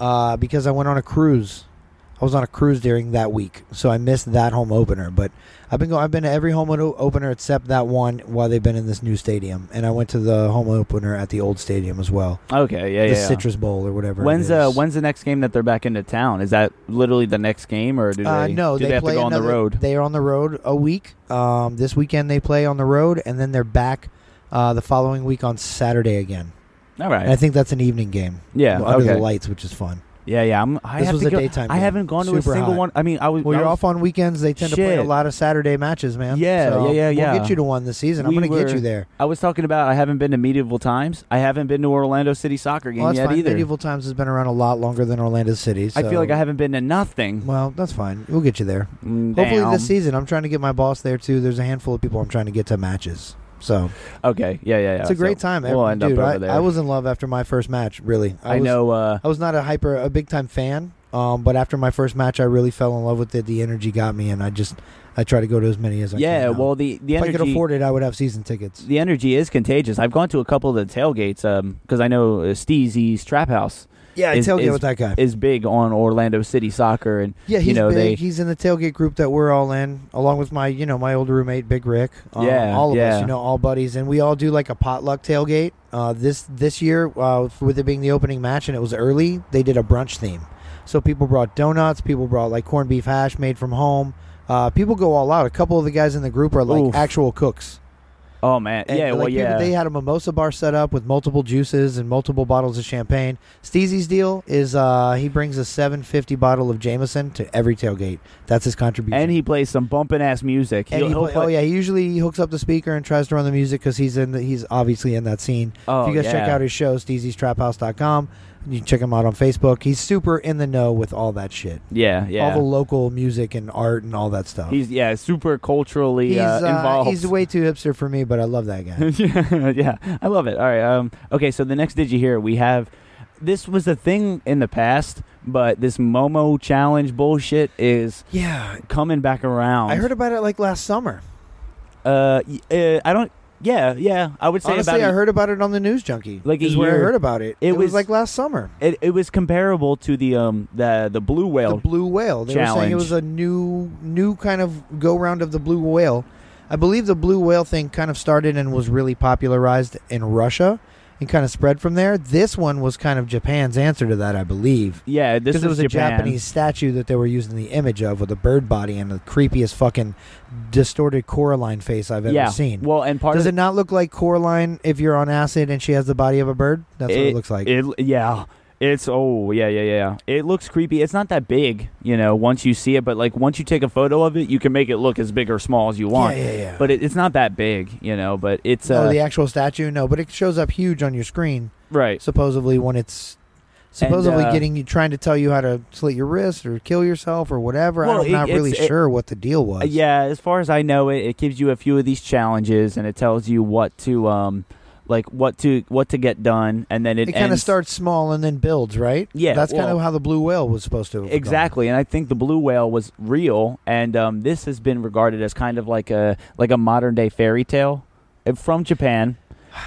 S1: uh, because I went on a cruise. I was on a cruise during that week, so I missed that home opener. But I've been going. I've been to every home o- opener except that one while they've been in this new stadium, and I went to the home opener at the old stadium as well,
S2: Okay. Yeah.
S1: the
S2: yeah, yeah.
S1: Citrus Bowl or whatever. it
S2: When's uh
S1: is.
S2: when's the next game that they're back into town? Is that literally the next game, or do they
S1: Uh, no,
S2: do
S1: they,
S2: they, have
S1: play
S2: to go on the
S1: another-
S2: road?
S1: They are on the road a week. Um, this weekend they play on the road, and then they're back uh, the following week on Saturday again.
S2: All right.
S1: And I think that's an evening game.
S2: Yeah,
S1: under
S2: okay.
S1: the lights, which is fun.
S2: yeah, yeah. I'm, I
S1: This
S2: have
S1: was
S2: to
S1: a
S2: go-
S1: daytime
S2: I
S1: game.
S2: haven't gone to a
S1: Super
S2: single
S1: hot.
S2: one. I mean, I was.
S1: Well,
S2: I
S1: you're
S2: was-
S1: off on weekends. They tend to play a
S2: Shit.
S1: lot of Saturday matches, man.
S2: Yeah,
S1: So
S2: yeah, yeah,
S1: We'll
S2: yeah.
S1: get you to one this season. I'm
S2: we
S1: going to get
S2: were-
S1: you there.
S2: I was talking about. I haven't been to medieval times. I haven't been to Orlando City soccer game
S1: Well, that's
S2: yet
S1: fine.
S2: either.
S1: Medieval Times has been around a lot longer than Orlando City.
S2: I feel
S1: so-
S2: like I haven't been to nothing.
S1: Well, that's fine. We'll get you there.
S2: Mm,
S1: Hopefully
S2: damn.
S1: this season. I'm trying to get my boss there too. There's a handful of people I'm trying to get to matches. So
S2: Okay. Yeah, yeah, yeah.
S1: it's a great
S2: So
S1: time. eh,
S2: We'll end
S1: Dude,
S2: up
S1: I,
S2: over there.
S1: I was in love after my first match. Really,
S2: I,
S1: was-
S2: know. Uh,
S1: I was not a hyper, a big time fan. Um, but after my first match, I really fell in love with it. The energy got me, and I just I try to go to as many as I can.
S2: yeah.
S1: now.
S2: Well, the the
S1: if
S2: energy.
S1: I could afford it, I would have season tickets.
S2: um, the energy is contagious. I've gone to a couple of the tailgates because I know uh, Steezy's Trap House.
S1: Yeah, I
S2: is,
S1: tailgate
S2: is-
S1: with that guy.
S2: is big on Orlando City soccer, and
S1: yeah, he's
S2: you know
S1: big.
S2: they
S1: he's in the tailgate group that we're all in, along with my, you know, my old roommate Big Rick. Um,
S2: Yeah,
S1: all of us,
S2: yeah.
S1: you know, all buddies, and we all do like a potluck tailgate. Uh, this this year, uh, with it being the opening match and it was early, they did a brunch theme. So people brought donuts, people brought like corned beef hash made from home. Uh, people go all out. A couple of the guys in the group are like
S2: Oof.
S1: actual cooks.
S2: oh man,
S1: And,
S2: yeah,
S1: like,
S2: well
S1: people-
S2: yeah,
S1: They had a mimosa bar set up with multiple juices and multiple bottles of champagne. Steezy's deal is uh, he brings a 750 bottle of Jameson to every tailgate. That's his contribution.
S2: and he plays some bumping ass music.
S1: And
S2: He'll-
S1: he
S2: he'll
S1: play- oh
S2: play-
S1: yeah, he usually hooks up the speaker and tries to run the music because he's in. The, he's obviously in that scene.
S2: Oh,
S1: if you guys check
S2: yeah.
S1: out his show, steezystraphouse.com. You can check him out on Facebook. He's super in the know with all that shit,
S2: yeah, yeah.
S1: all the local music and art and all that stuff.
S2: he's yeah, super culturally
S1: he's,
S2: uh, involved.
S1: he's way too hipster for me, but I love that guy.
S2: yeah, [laughs] yeah, I love it. All right. Um, okay, so the next did you hear? We have this was a thing in the past, but this Momo challenge bullshit is
S1: yeah,
S2: coming back around.
S1: I heard about it like last summer.
S2: Uh, y- uh I don't. Yeah, yeah. I would say
S1: Honestly,
S2: about
S1: I
S2: a-
S1: heard about it on the news junkie.
S2: Like a
S1: is where I
S2: year.
S1: heard about it.
S2: It
S1: It, was,
S2: was-
S1: like last summer.
S2: it. It was comparable to the um the the blue
S1: The
S2: whale.
S1: blue whale. They were saying
S2: Challenge.
S1: it was a new new kind of go round of the blue whale. I believe the blue whale thing kind of started and was really popularized in Russia and kind of spread from there. This one was kind of Japan's answer to that, I believe.
S2: yeah, this
S1: Because
S2: is
S1: it was
S2: Japan.
S1: a Japanese statue that they were using the image of with a bird body and the creepiest fucking distorted Coraline face I've ever
S2: yeah.
S1: seen.
S2: Well, and part
S1: Does
S2: of
S1: it not look like Coraline if you're on acid and she has the body of a bird? That's what it looks like.
S2: it- yeah. It's oh yeah yeah yeah. yeah. It looks creepy. It's not that big, you know. Once you see it, but like once you take a photo of it, you can make it look as big or small as you want.
S1: yeah, yeah.
S2: But it, it's not that big, you know. But it's uh,
S1: oh, the actual statue? No, but it shows up huge on your screen,
S2: right.
S1: supposedly when it's supposedly
S2: uh,
S1: getting you trying to tell you how to slit your wrist or kill yourself or whatever.
S2: Well,
S1: I'm
S2: it-
S1: not
S2: it's-
S1: really
S2: it-
S1: sure what the deal was.
S2: Uh, yeah, as far as I know, it, it gives you a few of these challenges, and it tells you what to um, like what to what to get done, and then it,
S1: it kind of
S2: ends-
S1: starts small and then builds, right?
S2: Yeah,
S1: that's kind
S2: well-
S1: of how the blue whale was supposed to. Have
S2: Exactly, and I think the blue whale was real, and um, this has been regarded as kind of like a like a modern day fairy tale uh,
S1: [sighs]
S2: from Japan,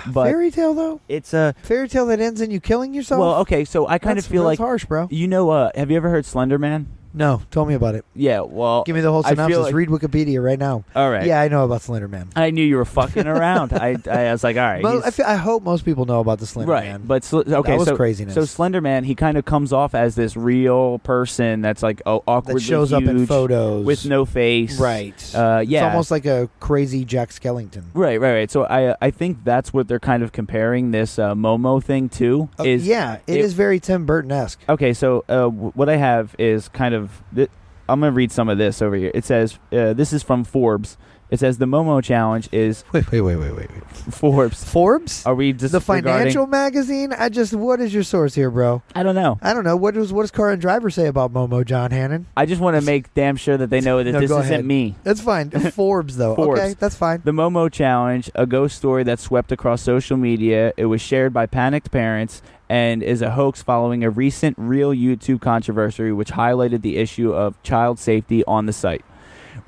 S1: gone.
S2: but
S1: Fairy tale though,
S2: it's a
S1: fairy tale that ends in you killing yourself.
S2: well, okay. So I kind of
S1: That's-
S2: feel
S1: that's
S2: like
S1: harsh, bro.
S2: you know, uh, have you ever heard Slender Man?
S1: No, tell me about it.
S2: Yeah, well,
S1: Give me the whole
S2: I feel
S1: synopsis.
S2: like-
S1: Read Wikipedia right now.
S2: All right.
S1: Yeah, I know about Slender Man.
S2: I knew you were fucking around. I, I was like, all right,
S1: Mo-
S2: he's-
S1: I, feel, I hope most people know about the Slender
S2: right.
S1: Man.
S2: But sl- okay,
S1: was
S2: so
S1: craziness.
S2: So Slender Man, he kind of comes off as this real person that's like oh, awkwardly
S1: that shows up in
S2: huge,
S1: photos
S2: with no face,
S1: right.
S2: Uh, yeah,
S1: it's almost like a crazy Jack Skellington.
S2: Right, right, right. So I I think that's what they're kind of comparing this uh, Momo thing to.
S1: Uh,
S2: is
S1: yeah,
S2: it-
S1: it is very Tim Burton esque.
S2: Okay, so uh, w- what I have is kind of. Th- I'm going to read some of this over here. It says, uh, this is from Forbes. It says, the Momo Challenge is
S1: Wait, wait, wait, wait, wait. wait.
S2: [laughs] Forbes.
S1: Forbes,
S2: Are we just
S1: the financial magazine. I just, what is your source here, bro?
S2: I don't know.
S1: I don't know. What does what does Car and Driver say about Momo John Hannon?
S2: I just want to make damn sure that they know that
S1: No,
S2: this
S1: go
S2: isn't
S1: ahead.
S2: me.
S1: That's
S2: [laughs]
S1: fine. Forbes though.
S2: Forbes.
S1: Okay, that's fine.
S2: The Momo Challenge, a ghost story that swept across social media. It was shared by panicked parents and is a hoax following a recent real YouTube controversy which highlighted the issue of child safety on the site.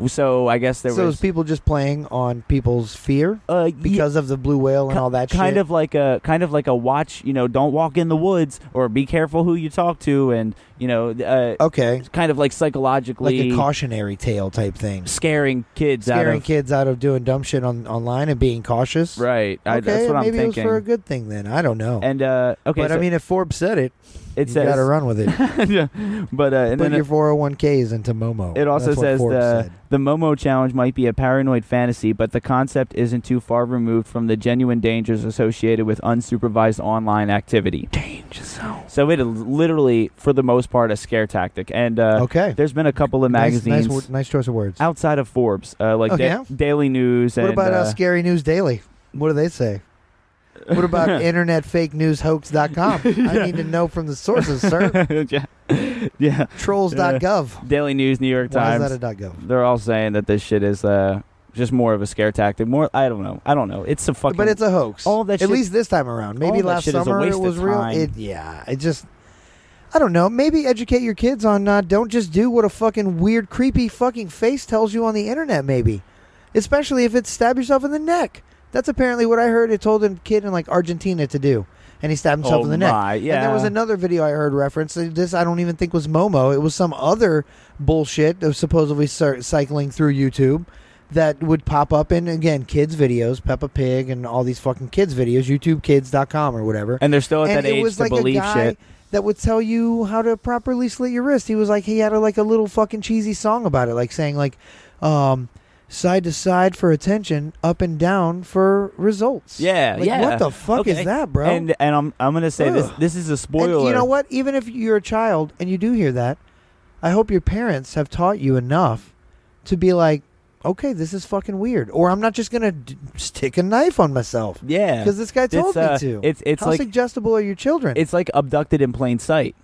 S2: So I guess there
S1: So is
S2: was
S1: people just playing on people's fear
S2: uh, ye-
S1: because of the blue whale and
S2: ki-
S1: all that
S2: kind
S1: shit?
S2: of like a kind of like a watch, you know, don't walk in the woods or be careful who you talk to and, you know, uh,
S1: okay,
S2: kind of
S1: Oh.
S2: like
S1: like
S2: psychologically
S1: a cautionary tale type thing.
S2: scaring kids out
S1: scaring
S2: of
S1: kids out of doing dumb shit on online and being cautious.
S2: Right. I,
S1: Okay,
S2: that's what
S1: maybe
S2: I'm
S1: it was
S2: thinking.
S1: for a good thing then. I don't know.
S2: and uh okay,
S1: but I
S2: so
S1: mean, if Forbes said it,
S2: it
S1: you
S2: says
S1: got to run
S2: [laughs]
S1: with it.
S2: yeah. But uh, and
S1: Put
S2: then
S1: your
S2: it,
S1: 401k is into Momo.
S2: it also
S1: That's what
S2: says
S1: Forbes
S2: the
S1: said.
S2: the Momo challenge might be a paranoid fantasy, but the concept isn't too far removed from the genuine dangers associated with unsupervised online activity. Danger zone. So it is literally, for the most part, a scare tactic. And uh,
S1: Okay.
S2: there's been a couple of
S1: Nice-
S2: magazines
S1: Nice, wo- nice choice of words.
S2: outside of Forbes, uh, like
S1: Oh,
S2: Da-
S1: yeah?
S2: Daily News.
S1: What
S2: and,
S1: about
S2: uh,
S1: uh, Scary News Daily? What do they say? What
S2: [laughs]
S1: about internetfakenewshoax.com? I need to know from the sources, sir.
S2: [laughs] yeah, [laughs] yeah.
S1: Trolls.gov.
S2: Daily News, New York
S1: Why
S2: Times.
S1: is that a dot .gov?
S2: they're all saying that this shit is uh, just more of a scare tactic. More, I don't know. I don't know. It's a fucking.
S1: But it's a hoax.
S2: all that
S1: At
S2: shit-
S1: least this time around. Maybe
S2: all that
S1: last
S2: shit is a
S1: summer
S2: waste
S1: it
S2: of
S1: was real.
S2: time.
S1: It, yeah, it just. I don't know. Maybe educate your kids on uh, don't just do what a fucking weird, creepy fucking face tells you on the internet. Maybe, especially if it's stab yourself in the neck. That's apparently what I heard. It told a kid in like Argentina to do. and he stabbed himself
S2: Oh
S1: in the neck.
S2: my,
S1: And there was
S2: yeah.
S1: another video I heard reference. This I don't even think was Momo. It was some other bullshit of supposedly cir- cycling through YouTube that would pop up in again kids videos, Peppa Pig, and all these fucking kids videos, YouTubeKids.com or whatever.
S2: And they're still at
S1: And
S2: that age to believe shit.
S1: that would tell you how to properly slit your wrist. He was like he had a, like a little fucking cheesy song about it, like saying like um side to side for attention, up and down for results.
S2: Yeah,
S1: Like,
S2: yeah.
S1: What the fuck
S2: Okay.
S1: is that, bro?
S2: And and I'm I'm gonna say this.
S1: Ugh.
S2: This is a
S1: And
S2: spoiler.
S1: you know what? Even if you're a child and you do hear that, I hope your parents have taught you enough to be like, okay, this is fucking weird, or I'm not just gonna d- stick a knife on myself.
S2: Yeah,
S1: Because this guy told
S2: It's, uh,
S1: me to.
S2: It's it's
S1: How
S2: like
S1: suggestible are your children?
S2: it's like abducted in plain sight.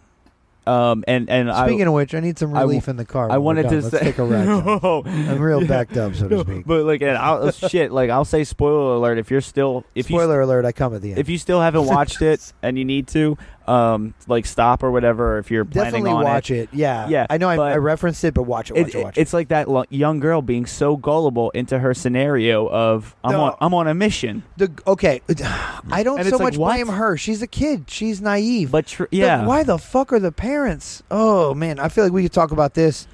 S2: Um, and and
S1: Speaking
S2: I,
S1: of which, I need some
S2: I w-
S1: relief in the car.
S2: I
S1: when we're
S2: wanted
S1: done.
S2: to
S1: Let's
S2: say,
S1: take a
S2: [laughs]
S1: ride. John.
S2: No.
S1: I'm real backed up, so to speak.
S2: Oh, but like, and I'll, oh, shit, like I'll say spoiler alert. If you're still, if you
S1: Spoiler alert! I come at the end.
S2: if you still haven't
S1: [laughs]
S2: watched it and you need to, um, like stop or whatever. If you're planning
S1: Definitely
S2: on
S1: watch it. Yeah,
S2: Yeah,
S1: I know I,
S2: but-
S1: I referenced it, but watch it. Watch
S2: It-
S1: it. Watch it.
S2: it's like that lo- young girl being so gullible into her scenario of I'm
S1: No.
S2: on I'm on a mission,
S1: The, okay, [sighs] I don't
S2: And
S1: so
S2: it's like,
S1: much
S2: what?
S1: blame her. She's a kid. She's naive.
S2: but tr-
S1: The-
S2: yeah,
S1: why the fuck are the parents? Oh man, I feel like we could talk about this.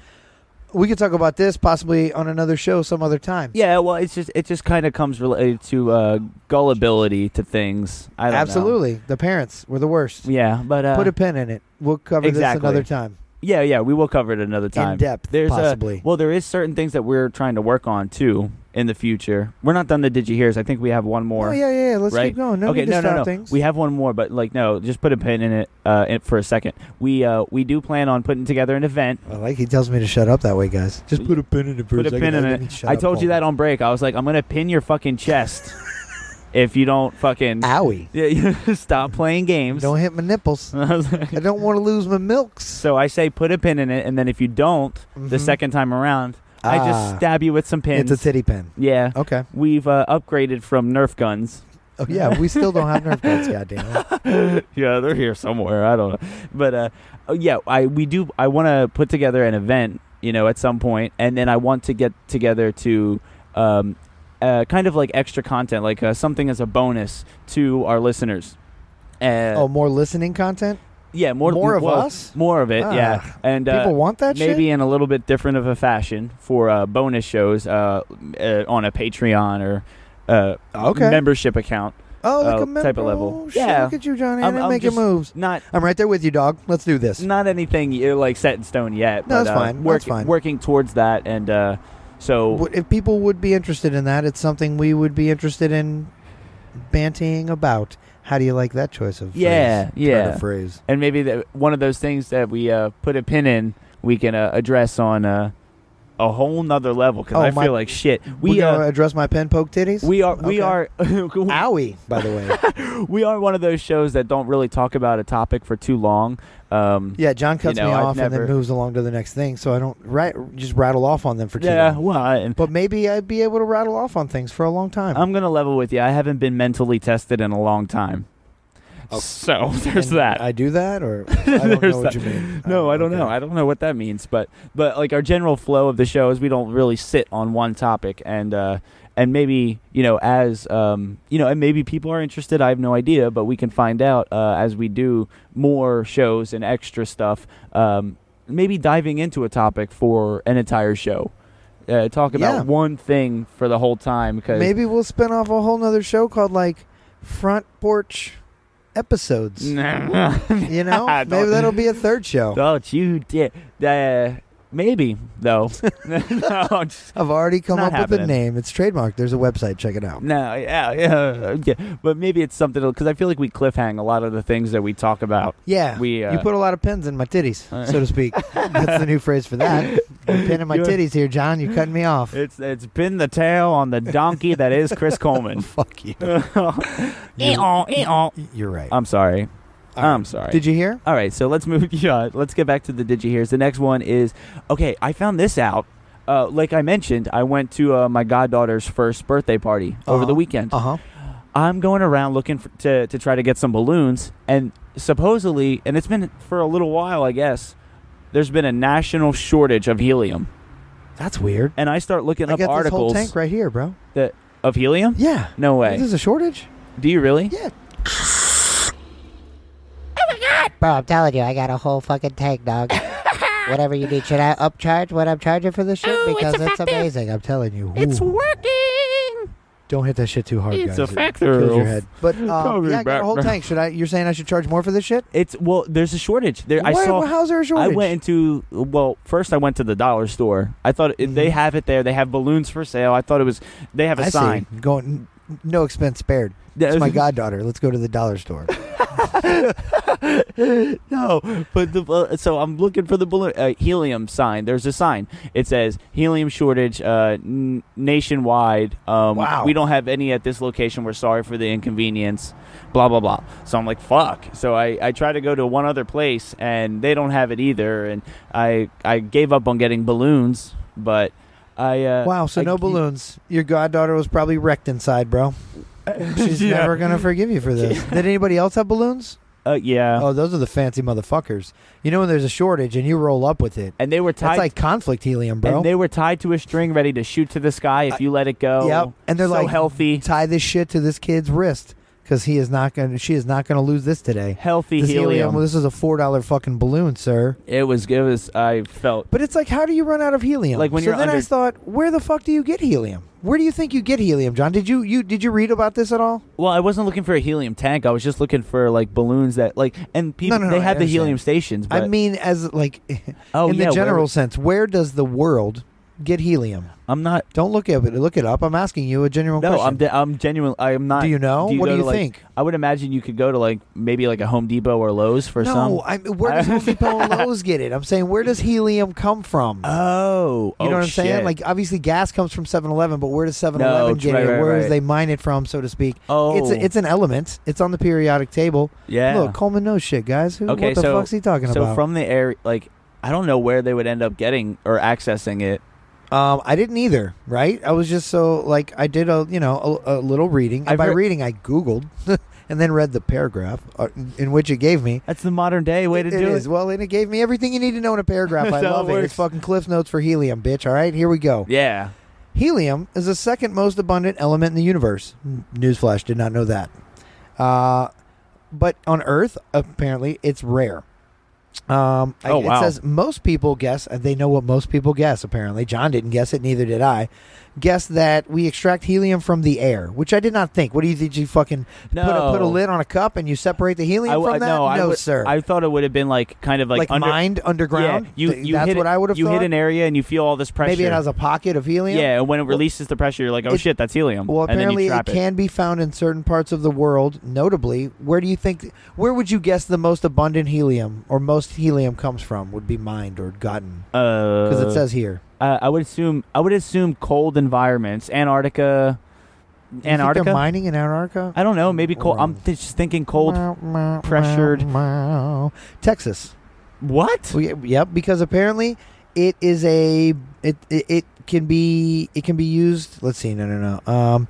S1: We could talk about this possibly on another show some other time.
S2: yeah. Well, it's just it just kind of comes related to uh, gullibility to things. I don't know.
S1: absolutely. The parents were the worst.
S2: Yeah, but uh,
S1: Put a pin in it. We'll cover
S2: Exactly.
S1: this another time.
S2: yeah, yeah, we will cover it another time.
S1: depth,
S2: There's uh,
S1: possibly.
S2: well, there is certain things that we're trying to work on too in the future. We're not done the digi hears. I think we have one more.
S1: oh yeah, yeah. yeah. Let's
S2: right?
S1: keep going. No
S2: okay,
S1: need to
S2: no,
S1: stop
S2: no, no.
S1: things.
S2: We have one more, but like, no, just put a pin in it uh, in, for a second. We uh, we do plan on putting together an event.
S1: I like he tells me to shut up that way, guys. Just put a pin in it for
S2: Put a pin in it. I told you that on break. I was like, I'm gonna pin your fucking chest if you don't fucking
S1: Owie.
S2: [laughs] yeah, you stop playing games.
S1: Ah. Don't hit my nipples.
S2: [laughs] I was like-
S1: I don't want to lose my milks.
S2: so I say put a pin in it, and then if you don't, the
S1: Mhm.
S2: second time around, I
S1: Ah.
S2: just stab you with some pins.
S1: It's a titty pin.
S2: yeah.
S1: Okay.
S2: We've uh, upgraded from Nerf guns.
S1: Oh yeah, we still don't have
S2: [laughs]
S1: Nerf guns, goddamn. it.
S2: yeah, they're here somewhere. I don't know, but uh, oh, yeah, I we do. I want to put together an event, you know, at some point, and then I want to get together to, um, uh, kind of like extra content, like uh, something as a bonus to our listeners. Uh,
S1: Oh, more listening content.
S2: yeah, more
S1: more of
S2: well,
S1: us?
S2: more of it,
S1: Ah,
S2: yeah, and uh,
S1: People want that shit.
S2: maybe in a little bit different of a fashion for uh, bonus shows uh, uh, on a Patreon or uh,
S1: Okay.
S2: membership account.
S1: Oh, look
S2: uh,
S1: at me.
S2: type of level.
S1: Oh, shit,
S2: Yeah.
S1: Look at you, Johnny.
S2: I'm-
S1: I'm,
S2: I'm
S1: making
S2: just-
S1: moves.
S2: Not
S1: I'm right there with you, dog. Let's do this.
S2: not anything uh, like set in stone yet.
S1: No,
S2: but,
S1: that's
S2: uh,
S1: fine. That's
S2: work-
S1: fine.
S2: Working towards that, and uh, so
S1: W- If people would be interested in that, it's something we would be interested in bantying about. How do you like that choice of
S2: Yeah,
S1: phrase?
S2: yeah.
S1: Turn of phrase?
S2: and maybe that one of those things that we uh, put a pin in, we can uh, address on uh, a whole nother level because
S1: Oh,
S2: I
S1: my-
S2: feel like shit.
S1: We,
S2: We
S1: gonna
S2: uh,
S1: address my pen poke titties.
S2: we are
S1: okay.
S2: we are [laughs]
S1: owie. By the way,
S2: we are one of those shows that don't really talk about a topic for too long. Um,
S1: yeah. John cuts
S2: know,
S1: me
S2: I've
S1: off and
S2: never-
S1: then moves along to the next thing, so I don't right just rattle off on them for too
S2: yeah.
S1: long.
S2: Well, I- and
S1: But maybe I'd be able to rattle off on things for a long time.
S2: I'm gonna level with you. I haven't been mentally tested in a long time. So there's
S1: And
S2: that.
S1: I do that,
S2: [laughs]
S1: or I don't
S2: There's
S1: know what
S2: that.
S1: you mean.
S2: No,
S1: Uh,
S2: I don't
S1: okay.
S2: know. I don't know what that means, but but like our general flow of the show is we don't really sit on one topic and uh and maybe, you know, as um you know, and maybe people are interested, I have no idea, but we can find out uh as we do more shows and extra stuff. Um maybe diving into a topic for an entire show. Uh, talk about
S1: Yeah.
S2: one thing for the whole time cuz [laughs]
S1: Maybe we'll spin off a whole nother show called like Front Porch
S2: [laughs]
S1: Episodes. You know?
S2: I don't-
S1: Maybe that'll be a third show.
S2: [laughs] Don't you dare. Oh, Uh, maybe, [laughs] though. no, I'm just-
S1: I've already come up
S2: Not
S1: with a
S2: happening.
S1: name. It's trademarked. There's a website. Check it out.
S2: no, yeah, yeah, yeah. But maybe it's something because I feel like we cliffhang a lot of the things that we talk about.
S1: Yeah.
S2: We, uh,
S1: you put a lot of pins in my
S2: [laughs]
S1: titties, so to speak. That's the new phrase for that. I'm pinning my
S2: You're-
S1: titties here, John. You're cutting me
S2: [laughs]
S1: off.
S2: It's it's been the tail on the donkey that is
S1: [laughs]
S2: Chris Coleman.
S1: Fuck you.
S2: [laughs] Eh-oh, eh-oh.
S1: You're right.
S2: I'm sorry.
S1: All right.
S2: Um, I'm sorry.
S1: Did you hear?
S2: All right, so let's move. [laughs] Yeah, let's get back to the digi hears. The next one is okay. I found this out. Uh, like I mentioned, I went to uh, my goddaughter's first birthday party over
S1: Uh-huh.
S2: the weekend.
S1: Uh huh.
S2: I'm going around looking for, to to try to get some balloons, and supposedly, and it's been for a little while, I guess. There's been a national shortage of helium,
S1: That's weird.
S2: and I start looking
S1: I got
S2: up
S1: this whole
S2: articles
S1: tank right here, bro.
S2: that of helium.
S1: Yeah.
S2: No way.
S1: Is this a shortage?
S2: Do you really?
S1: Yeah.
S9: Bro, I'm telling you, I got a whole fucking tank,
S5: [laughs]
S9: dog. Whatever you need. Should I upcharge what I'm charging for this shit?
S10: Oh, it's
S9: because it's,
S10: effective.
S9: amazing. I'm telling you.
S10: It's
S9: Ooh.
S10: working.
S1: Don't hit that shit too hard,
S2: It's
S1: guys.
S2: a
S1: It
S2: factor
S1: kills your
S2: of-
S1: head.
S2: [laughs]
S1: But um,
S2: Probably
S1: yeah, I got
S2: back-
S1: a whole tank. Should I? You're saying I should charge more for this shit?
S2: It's well, there's a shortage. There, I
S1: Why-
S2: saw.
S1: how's there a shortage? Mm-hmm.
S2: I went into well. First, I went to the dollar store. I thought it, they have it there. They have balloons for sale. I thought it was they have a
S1: I see.
S2: sign.
S1: Going, no expense spared. It's
S2: [laughs]
S1: my goddaughter. Let's go to the dollar store.
S2: Uh, [laughs] No, but the uh, so I'm looking for the balloon uh, helium sign. There's a sign. It says helium shortage uh, n- nationwide. Um,
S1: Wow.
S2: We don't have any at this location. We're sorry for the inconvenience. Blah blah blah. So I'm like fuck. So I I try to go to one other place and they don't have it either. And I I gave up on getting balloons, but. I, uh,
S1: Wow, so
S2: I
S1: no
S2: keep-
S1: balloons. Your goddaughter was probably wrecked inside,
S2: [laughs]
S1: bro. She's
S2: Yeah.
S1: never gonna forgive you for
S2: [laughs]
S1: this. Did anybody else have balloons?
S2: Uh, yeah,
S1: Oh, those are the fancy motherfuckers. You know when there's a shortage and you roll up with it.
S2: and they were tied.
S1: That's like conflict helium, bro.
S2: and they were tied to a string, ready to shoot to the sky if you let it go.
S1: Yep, and they're
S2: so
S1: like
S2: healthy,
S1: Tie this shit to this kid's wrist because he is not gonna. She is not gonna lose this today.
S2: healthy
S1: This
S2: helium.
S1: This is a four dollar fucking balloon, sir.
S2: It was it was I felt
S1: But it's like, how do you run out of helium?
S2: Like when
S1: so
S2: you're
S1: then I
S2: under-
S1: thought, where the fuck do you get helium? Where do you think you get helium, John? Did you you did you read about this at all?
S2: well, I wasn't looking for a helium tank. I was just looking for like balloons that like and people
S1: no, no,
S2: they
S1: I
S2: have the
S1: understand.
S2: helium stations. But
S1: I mean, as like, [laughs]
S2: Oh,
S1: in the
S2: yeah, where-
S1: general sense, where does the world get helium?
S2: I'm not.
S1: Don't look at it. Look it up. I'm asking you a general
S2: No,
S1: question.
S2: I'm de- I'm genuine. I'm not.
S1: Do you know? What
S2: go
S1: do
S2: to,
S1: you
S2: like-
S1: think?
S2: I would imagine you could go to like maybe like a Home Depot or Lowe's for some.
S1: no, I mean, where does
S2: [laughs]
S1: Home Depot and Lowe's get it? I'm saying, where does helium come from?
S2: oh,
S1: you know
S2: oh,
S1: what I'm saying?
S2: shit.
S1: Like, obviously, gas comes from 7-Eleven, but where does 7-Eleven
S2: No,
S1: get
S2: right,
S1: it?
S2: right,
S1: Where does
S2: right.
S1: they mine it from, so to speak? it's
S2: Oh.
S1: a, it's an element. It's on the periodic table.
S2: yeah.
S1: Look, Coleman knows shit, guys. Who,
S2: okay,
S1: what the
S2: so
S1: fuck's he talking
S2: so
S1: about?
S2: from the area, like I don't know where they would end up getting or accessing it.
S1: um, I didn't either. Right? I was just so like I did a you know a, a little reading. And
S2: I've
S1: by
S2: read-
S1: reading, I googled [laughs] and then read the paragraph uh, in- in which it gave me.
S2: That's the modern day way to
S1: It
S2: do
S1: is.
S2: it.
S1: Well, and it gave me everything you need to know in a
S2: [laughs]
S1: paragraph. I
S2: That's how it
S1: love it. It's
S2: works.
S1: fucking Cliff Notes for helium, bitch. All right, here we go.
S2: Yeah.
S1: Helium is the second most abundant element in the universe. N- Newsflash, did not know that. Uh, but on Earth, apparently, it's rare. Um, I-
S2: Oh, wow.
S1: It says most people guess, and they know what most people guess, apparently. John didn't guess it, neither did I. Guess that we extract helium from the air, which I did not think. What do you think? You fucking put, a,
S2: No.
S1: put a lid on a cup and you separate the helium
S2: I w-
S1: from that?
S2: no, I would-
S1: sir.
S2: I thought it would have been like kind of like,
S1: like
S2: under,
S1: mined underground?
S2: Yeah, you,
S1: Th-
S2: you
S1: That's
S2: hit,
S1: what I would have
S2: You
S1: thought?
S2: hit an area and you feel all this pressure.
S1: Maybe it has a pocket of helium?
S2: yeah, and when it releases the pressure, you're like, oh
S1: It-
S2: shit, that's helium.
S1: Well,
S2: and then
S1: apparently
S2: you
S1: it
S2: trap it.
S1: can be found in certain parts of the world. Notably, where do you think? Where would you guess the most abundant helium or most helium comes from? Would be mined or gotten? Because
S2: Because
S1: it says here.
S2: uh, I would assume I would assume cold environments, Antarctica,
S1: You think they're
S2: Antarctica.
S1: mining in Antarctica.
S2: I don't know. Maybe cold. I'm th- just thinking cold.
S1: Meow, meow,
S2: pressured-
S1: meow, meow. Texas.
S2: What?
S1: Well, yeah, yep, because apparently it is a it, it it can be it can be used. Let's see, no, no, no. Um,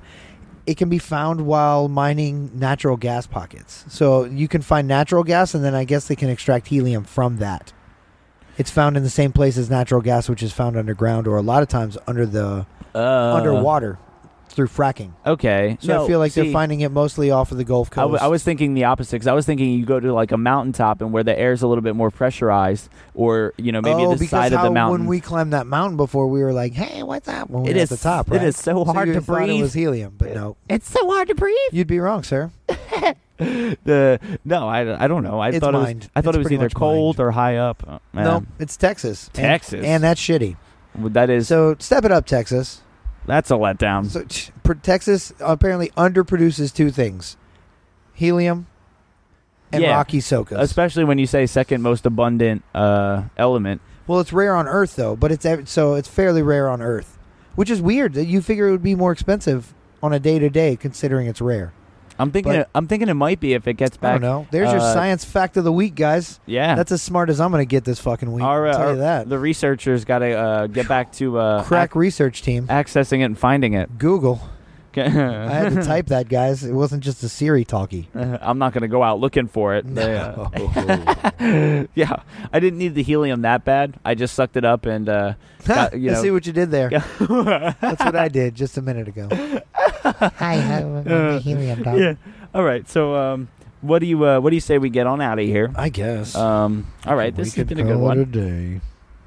S1: it can be found while mining natural gas pockets. So you can find natural gas, and then I guess they can extract helium from that. It's found in the same place as natural gas, which is found underground or a lot of times under the
S2: Uh,
S1: underwater through fracking.
S2: Okay.
S1: So
S2: No,
S1: I feel like
S2: see,
S1: they're finding it mostly off of the Gulf
S2: I,
S1: Coast.
S2: w- I was thinking the opposite because I was thinking you go to like a mountaintop and where the air's a little bit more pressurized, or you know maybe
S1: oh,
S2: the
S1: because
S2: side
S1: how,
S2: of the mountain.
S1: When we climbed that mountain before, we were like, "Hey, what's up?" When we
S2: It
S1: were
S2: is-
S1: at the top,
S2: it
S1: right?
S2: is so hard
S1: you
S2: to
S1: thought It
S2: breathe.
S1: was helium, but no,
S10: It's so hard to breathe.
S1: you'd be wrong, sir.
S2: the no, I, I don't know. I
S1: It's
S2: thought it was,
S1: mined.
S2: I thought
S1: It's
S2: it was
S1: pretty
S2: either
S1: much
S2: cold or high up. Uh,
S1: No,
S2: man,
S1: it's Texas. And-
S2: Texas.
S1: and, that's shitty.
S2: that is
S1: So step it up, Texas.
S2: that's a letdown.
S1: So per- Texas apparently underproduces two things: helium and
S2: Yeah.
S1: rocky sokas.
S2: Especially when you say second most abundant uh, element.
S1: well, it's rare on Earth though, but it's ev- so it's fairly rare on Earth, which is weird that you figure it would be more expensive on a day to day considering it's rare.
S2: I'm thinking.
S1: But-
S2: it- I'm thinking it might be if it gets back.
S1: I don't know. There's your
S2: uh,
S1: science fact of the week, guys.
S2: Yeah,
S1: That's as smart as I'm going to get this fucking week.
S2: Our, uh,
S1: I'll tell
S2: our-
S1: you that.
S2: The researchers got to uh, get back to
S1: [laughs]
S2: uh,
S1: Crack research team.
S2: ac- accessing it and finding it. [laughs]
S1: Google. I
S2: I [laughs]
S1: had to type that, guys. It wasn't just a Siri talkie.
S2: I'm not going to go out looking for it. They, uh, [laughs] yeah, I didn't need the helium that bad. I just sucked it up and uh, [laughs]
S1: [laughs]
S2: got, you
S1: I
S2: know.
S1: see what you did there.
S2: [laughs]
S1: That's what I did just a minute ago.
S2: Uh, [laughs]
S9: Hi, hi, I'm the helium dog.
S2: All right, so um, what do you uh, what do you say we get on out of here?
S1: I guess.
S2: Um, all right, this has been a good one.
S1: Today.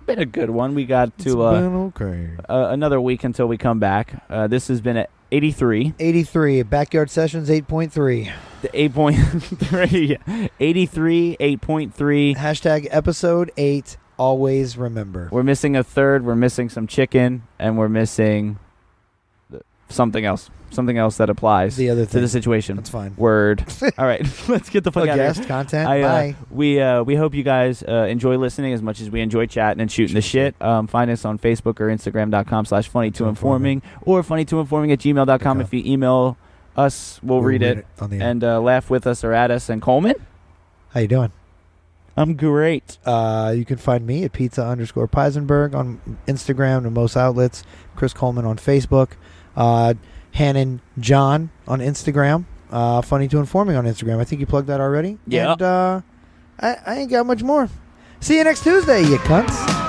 S2: Been a good one. We got to uh,
S1: okay.
S2: uh, another week until we come back. Uh, this has been at 83,
S1: 83 backyard sessions 8.3
S2: the [laughs] 8.3, 83, 8.3.
S1: hashtag episode 8 always remember
S2: We're missing a third. We're missing some chicken, and we're missing the, something else. Something else that applies
S1: the other
S2: to
S1: thing
S2: the situation.
S1: that's fine
S2: Word. All right, [laughs] let's get the fuck
S1: Well,
S2: out of here.
S1: guest content
S2: I, uh,
S1: bye
S2: We uh, we hope you guys uh, enjoy listening as much as we enjoy chatting and shooting the shit. Um, find us on Facebook or Instagram.com slash funny to informing or funny to informing at gmail.com. If you email us, we'll, read, it,
S1: on the
S2: and uh, laugh with us or at us. And Coleman,
S1: how you doing
S2: I'm great.
S1: Uh, you can find me at pizza underscore Peisenberg on Instagram and most outlets. Chris Coleman on Facebook. Uh, Hannon John on Instagram. Uh, funny to informing on Instagram. I think you plugged that already.
S2: Yeah.
S1: And uh, I, I ain't got much more. See you next Tuesday, you cunts.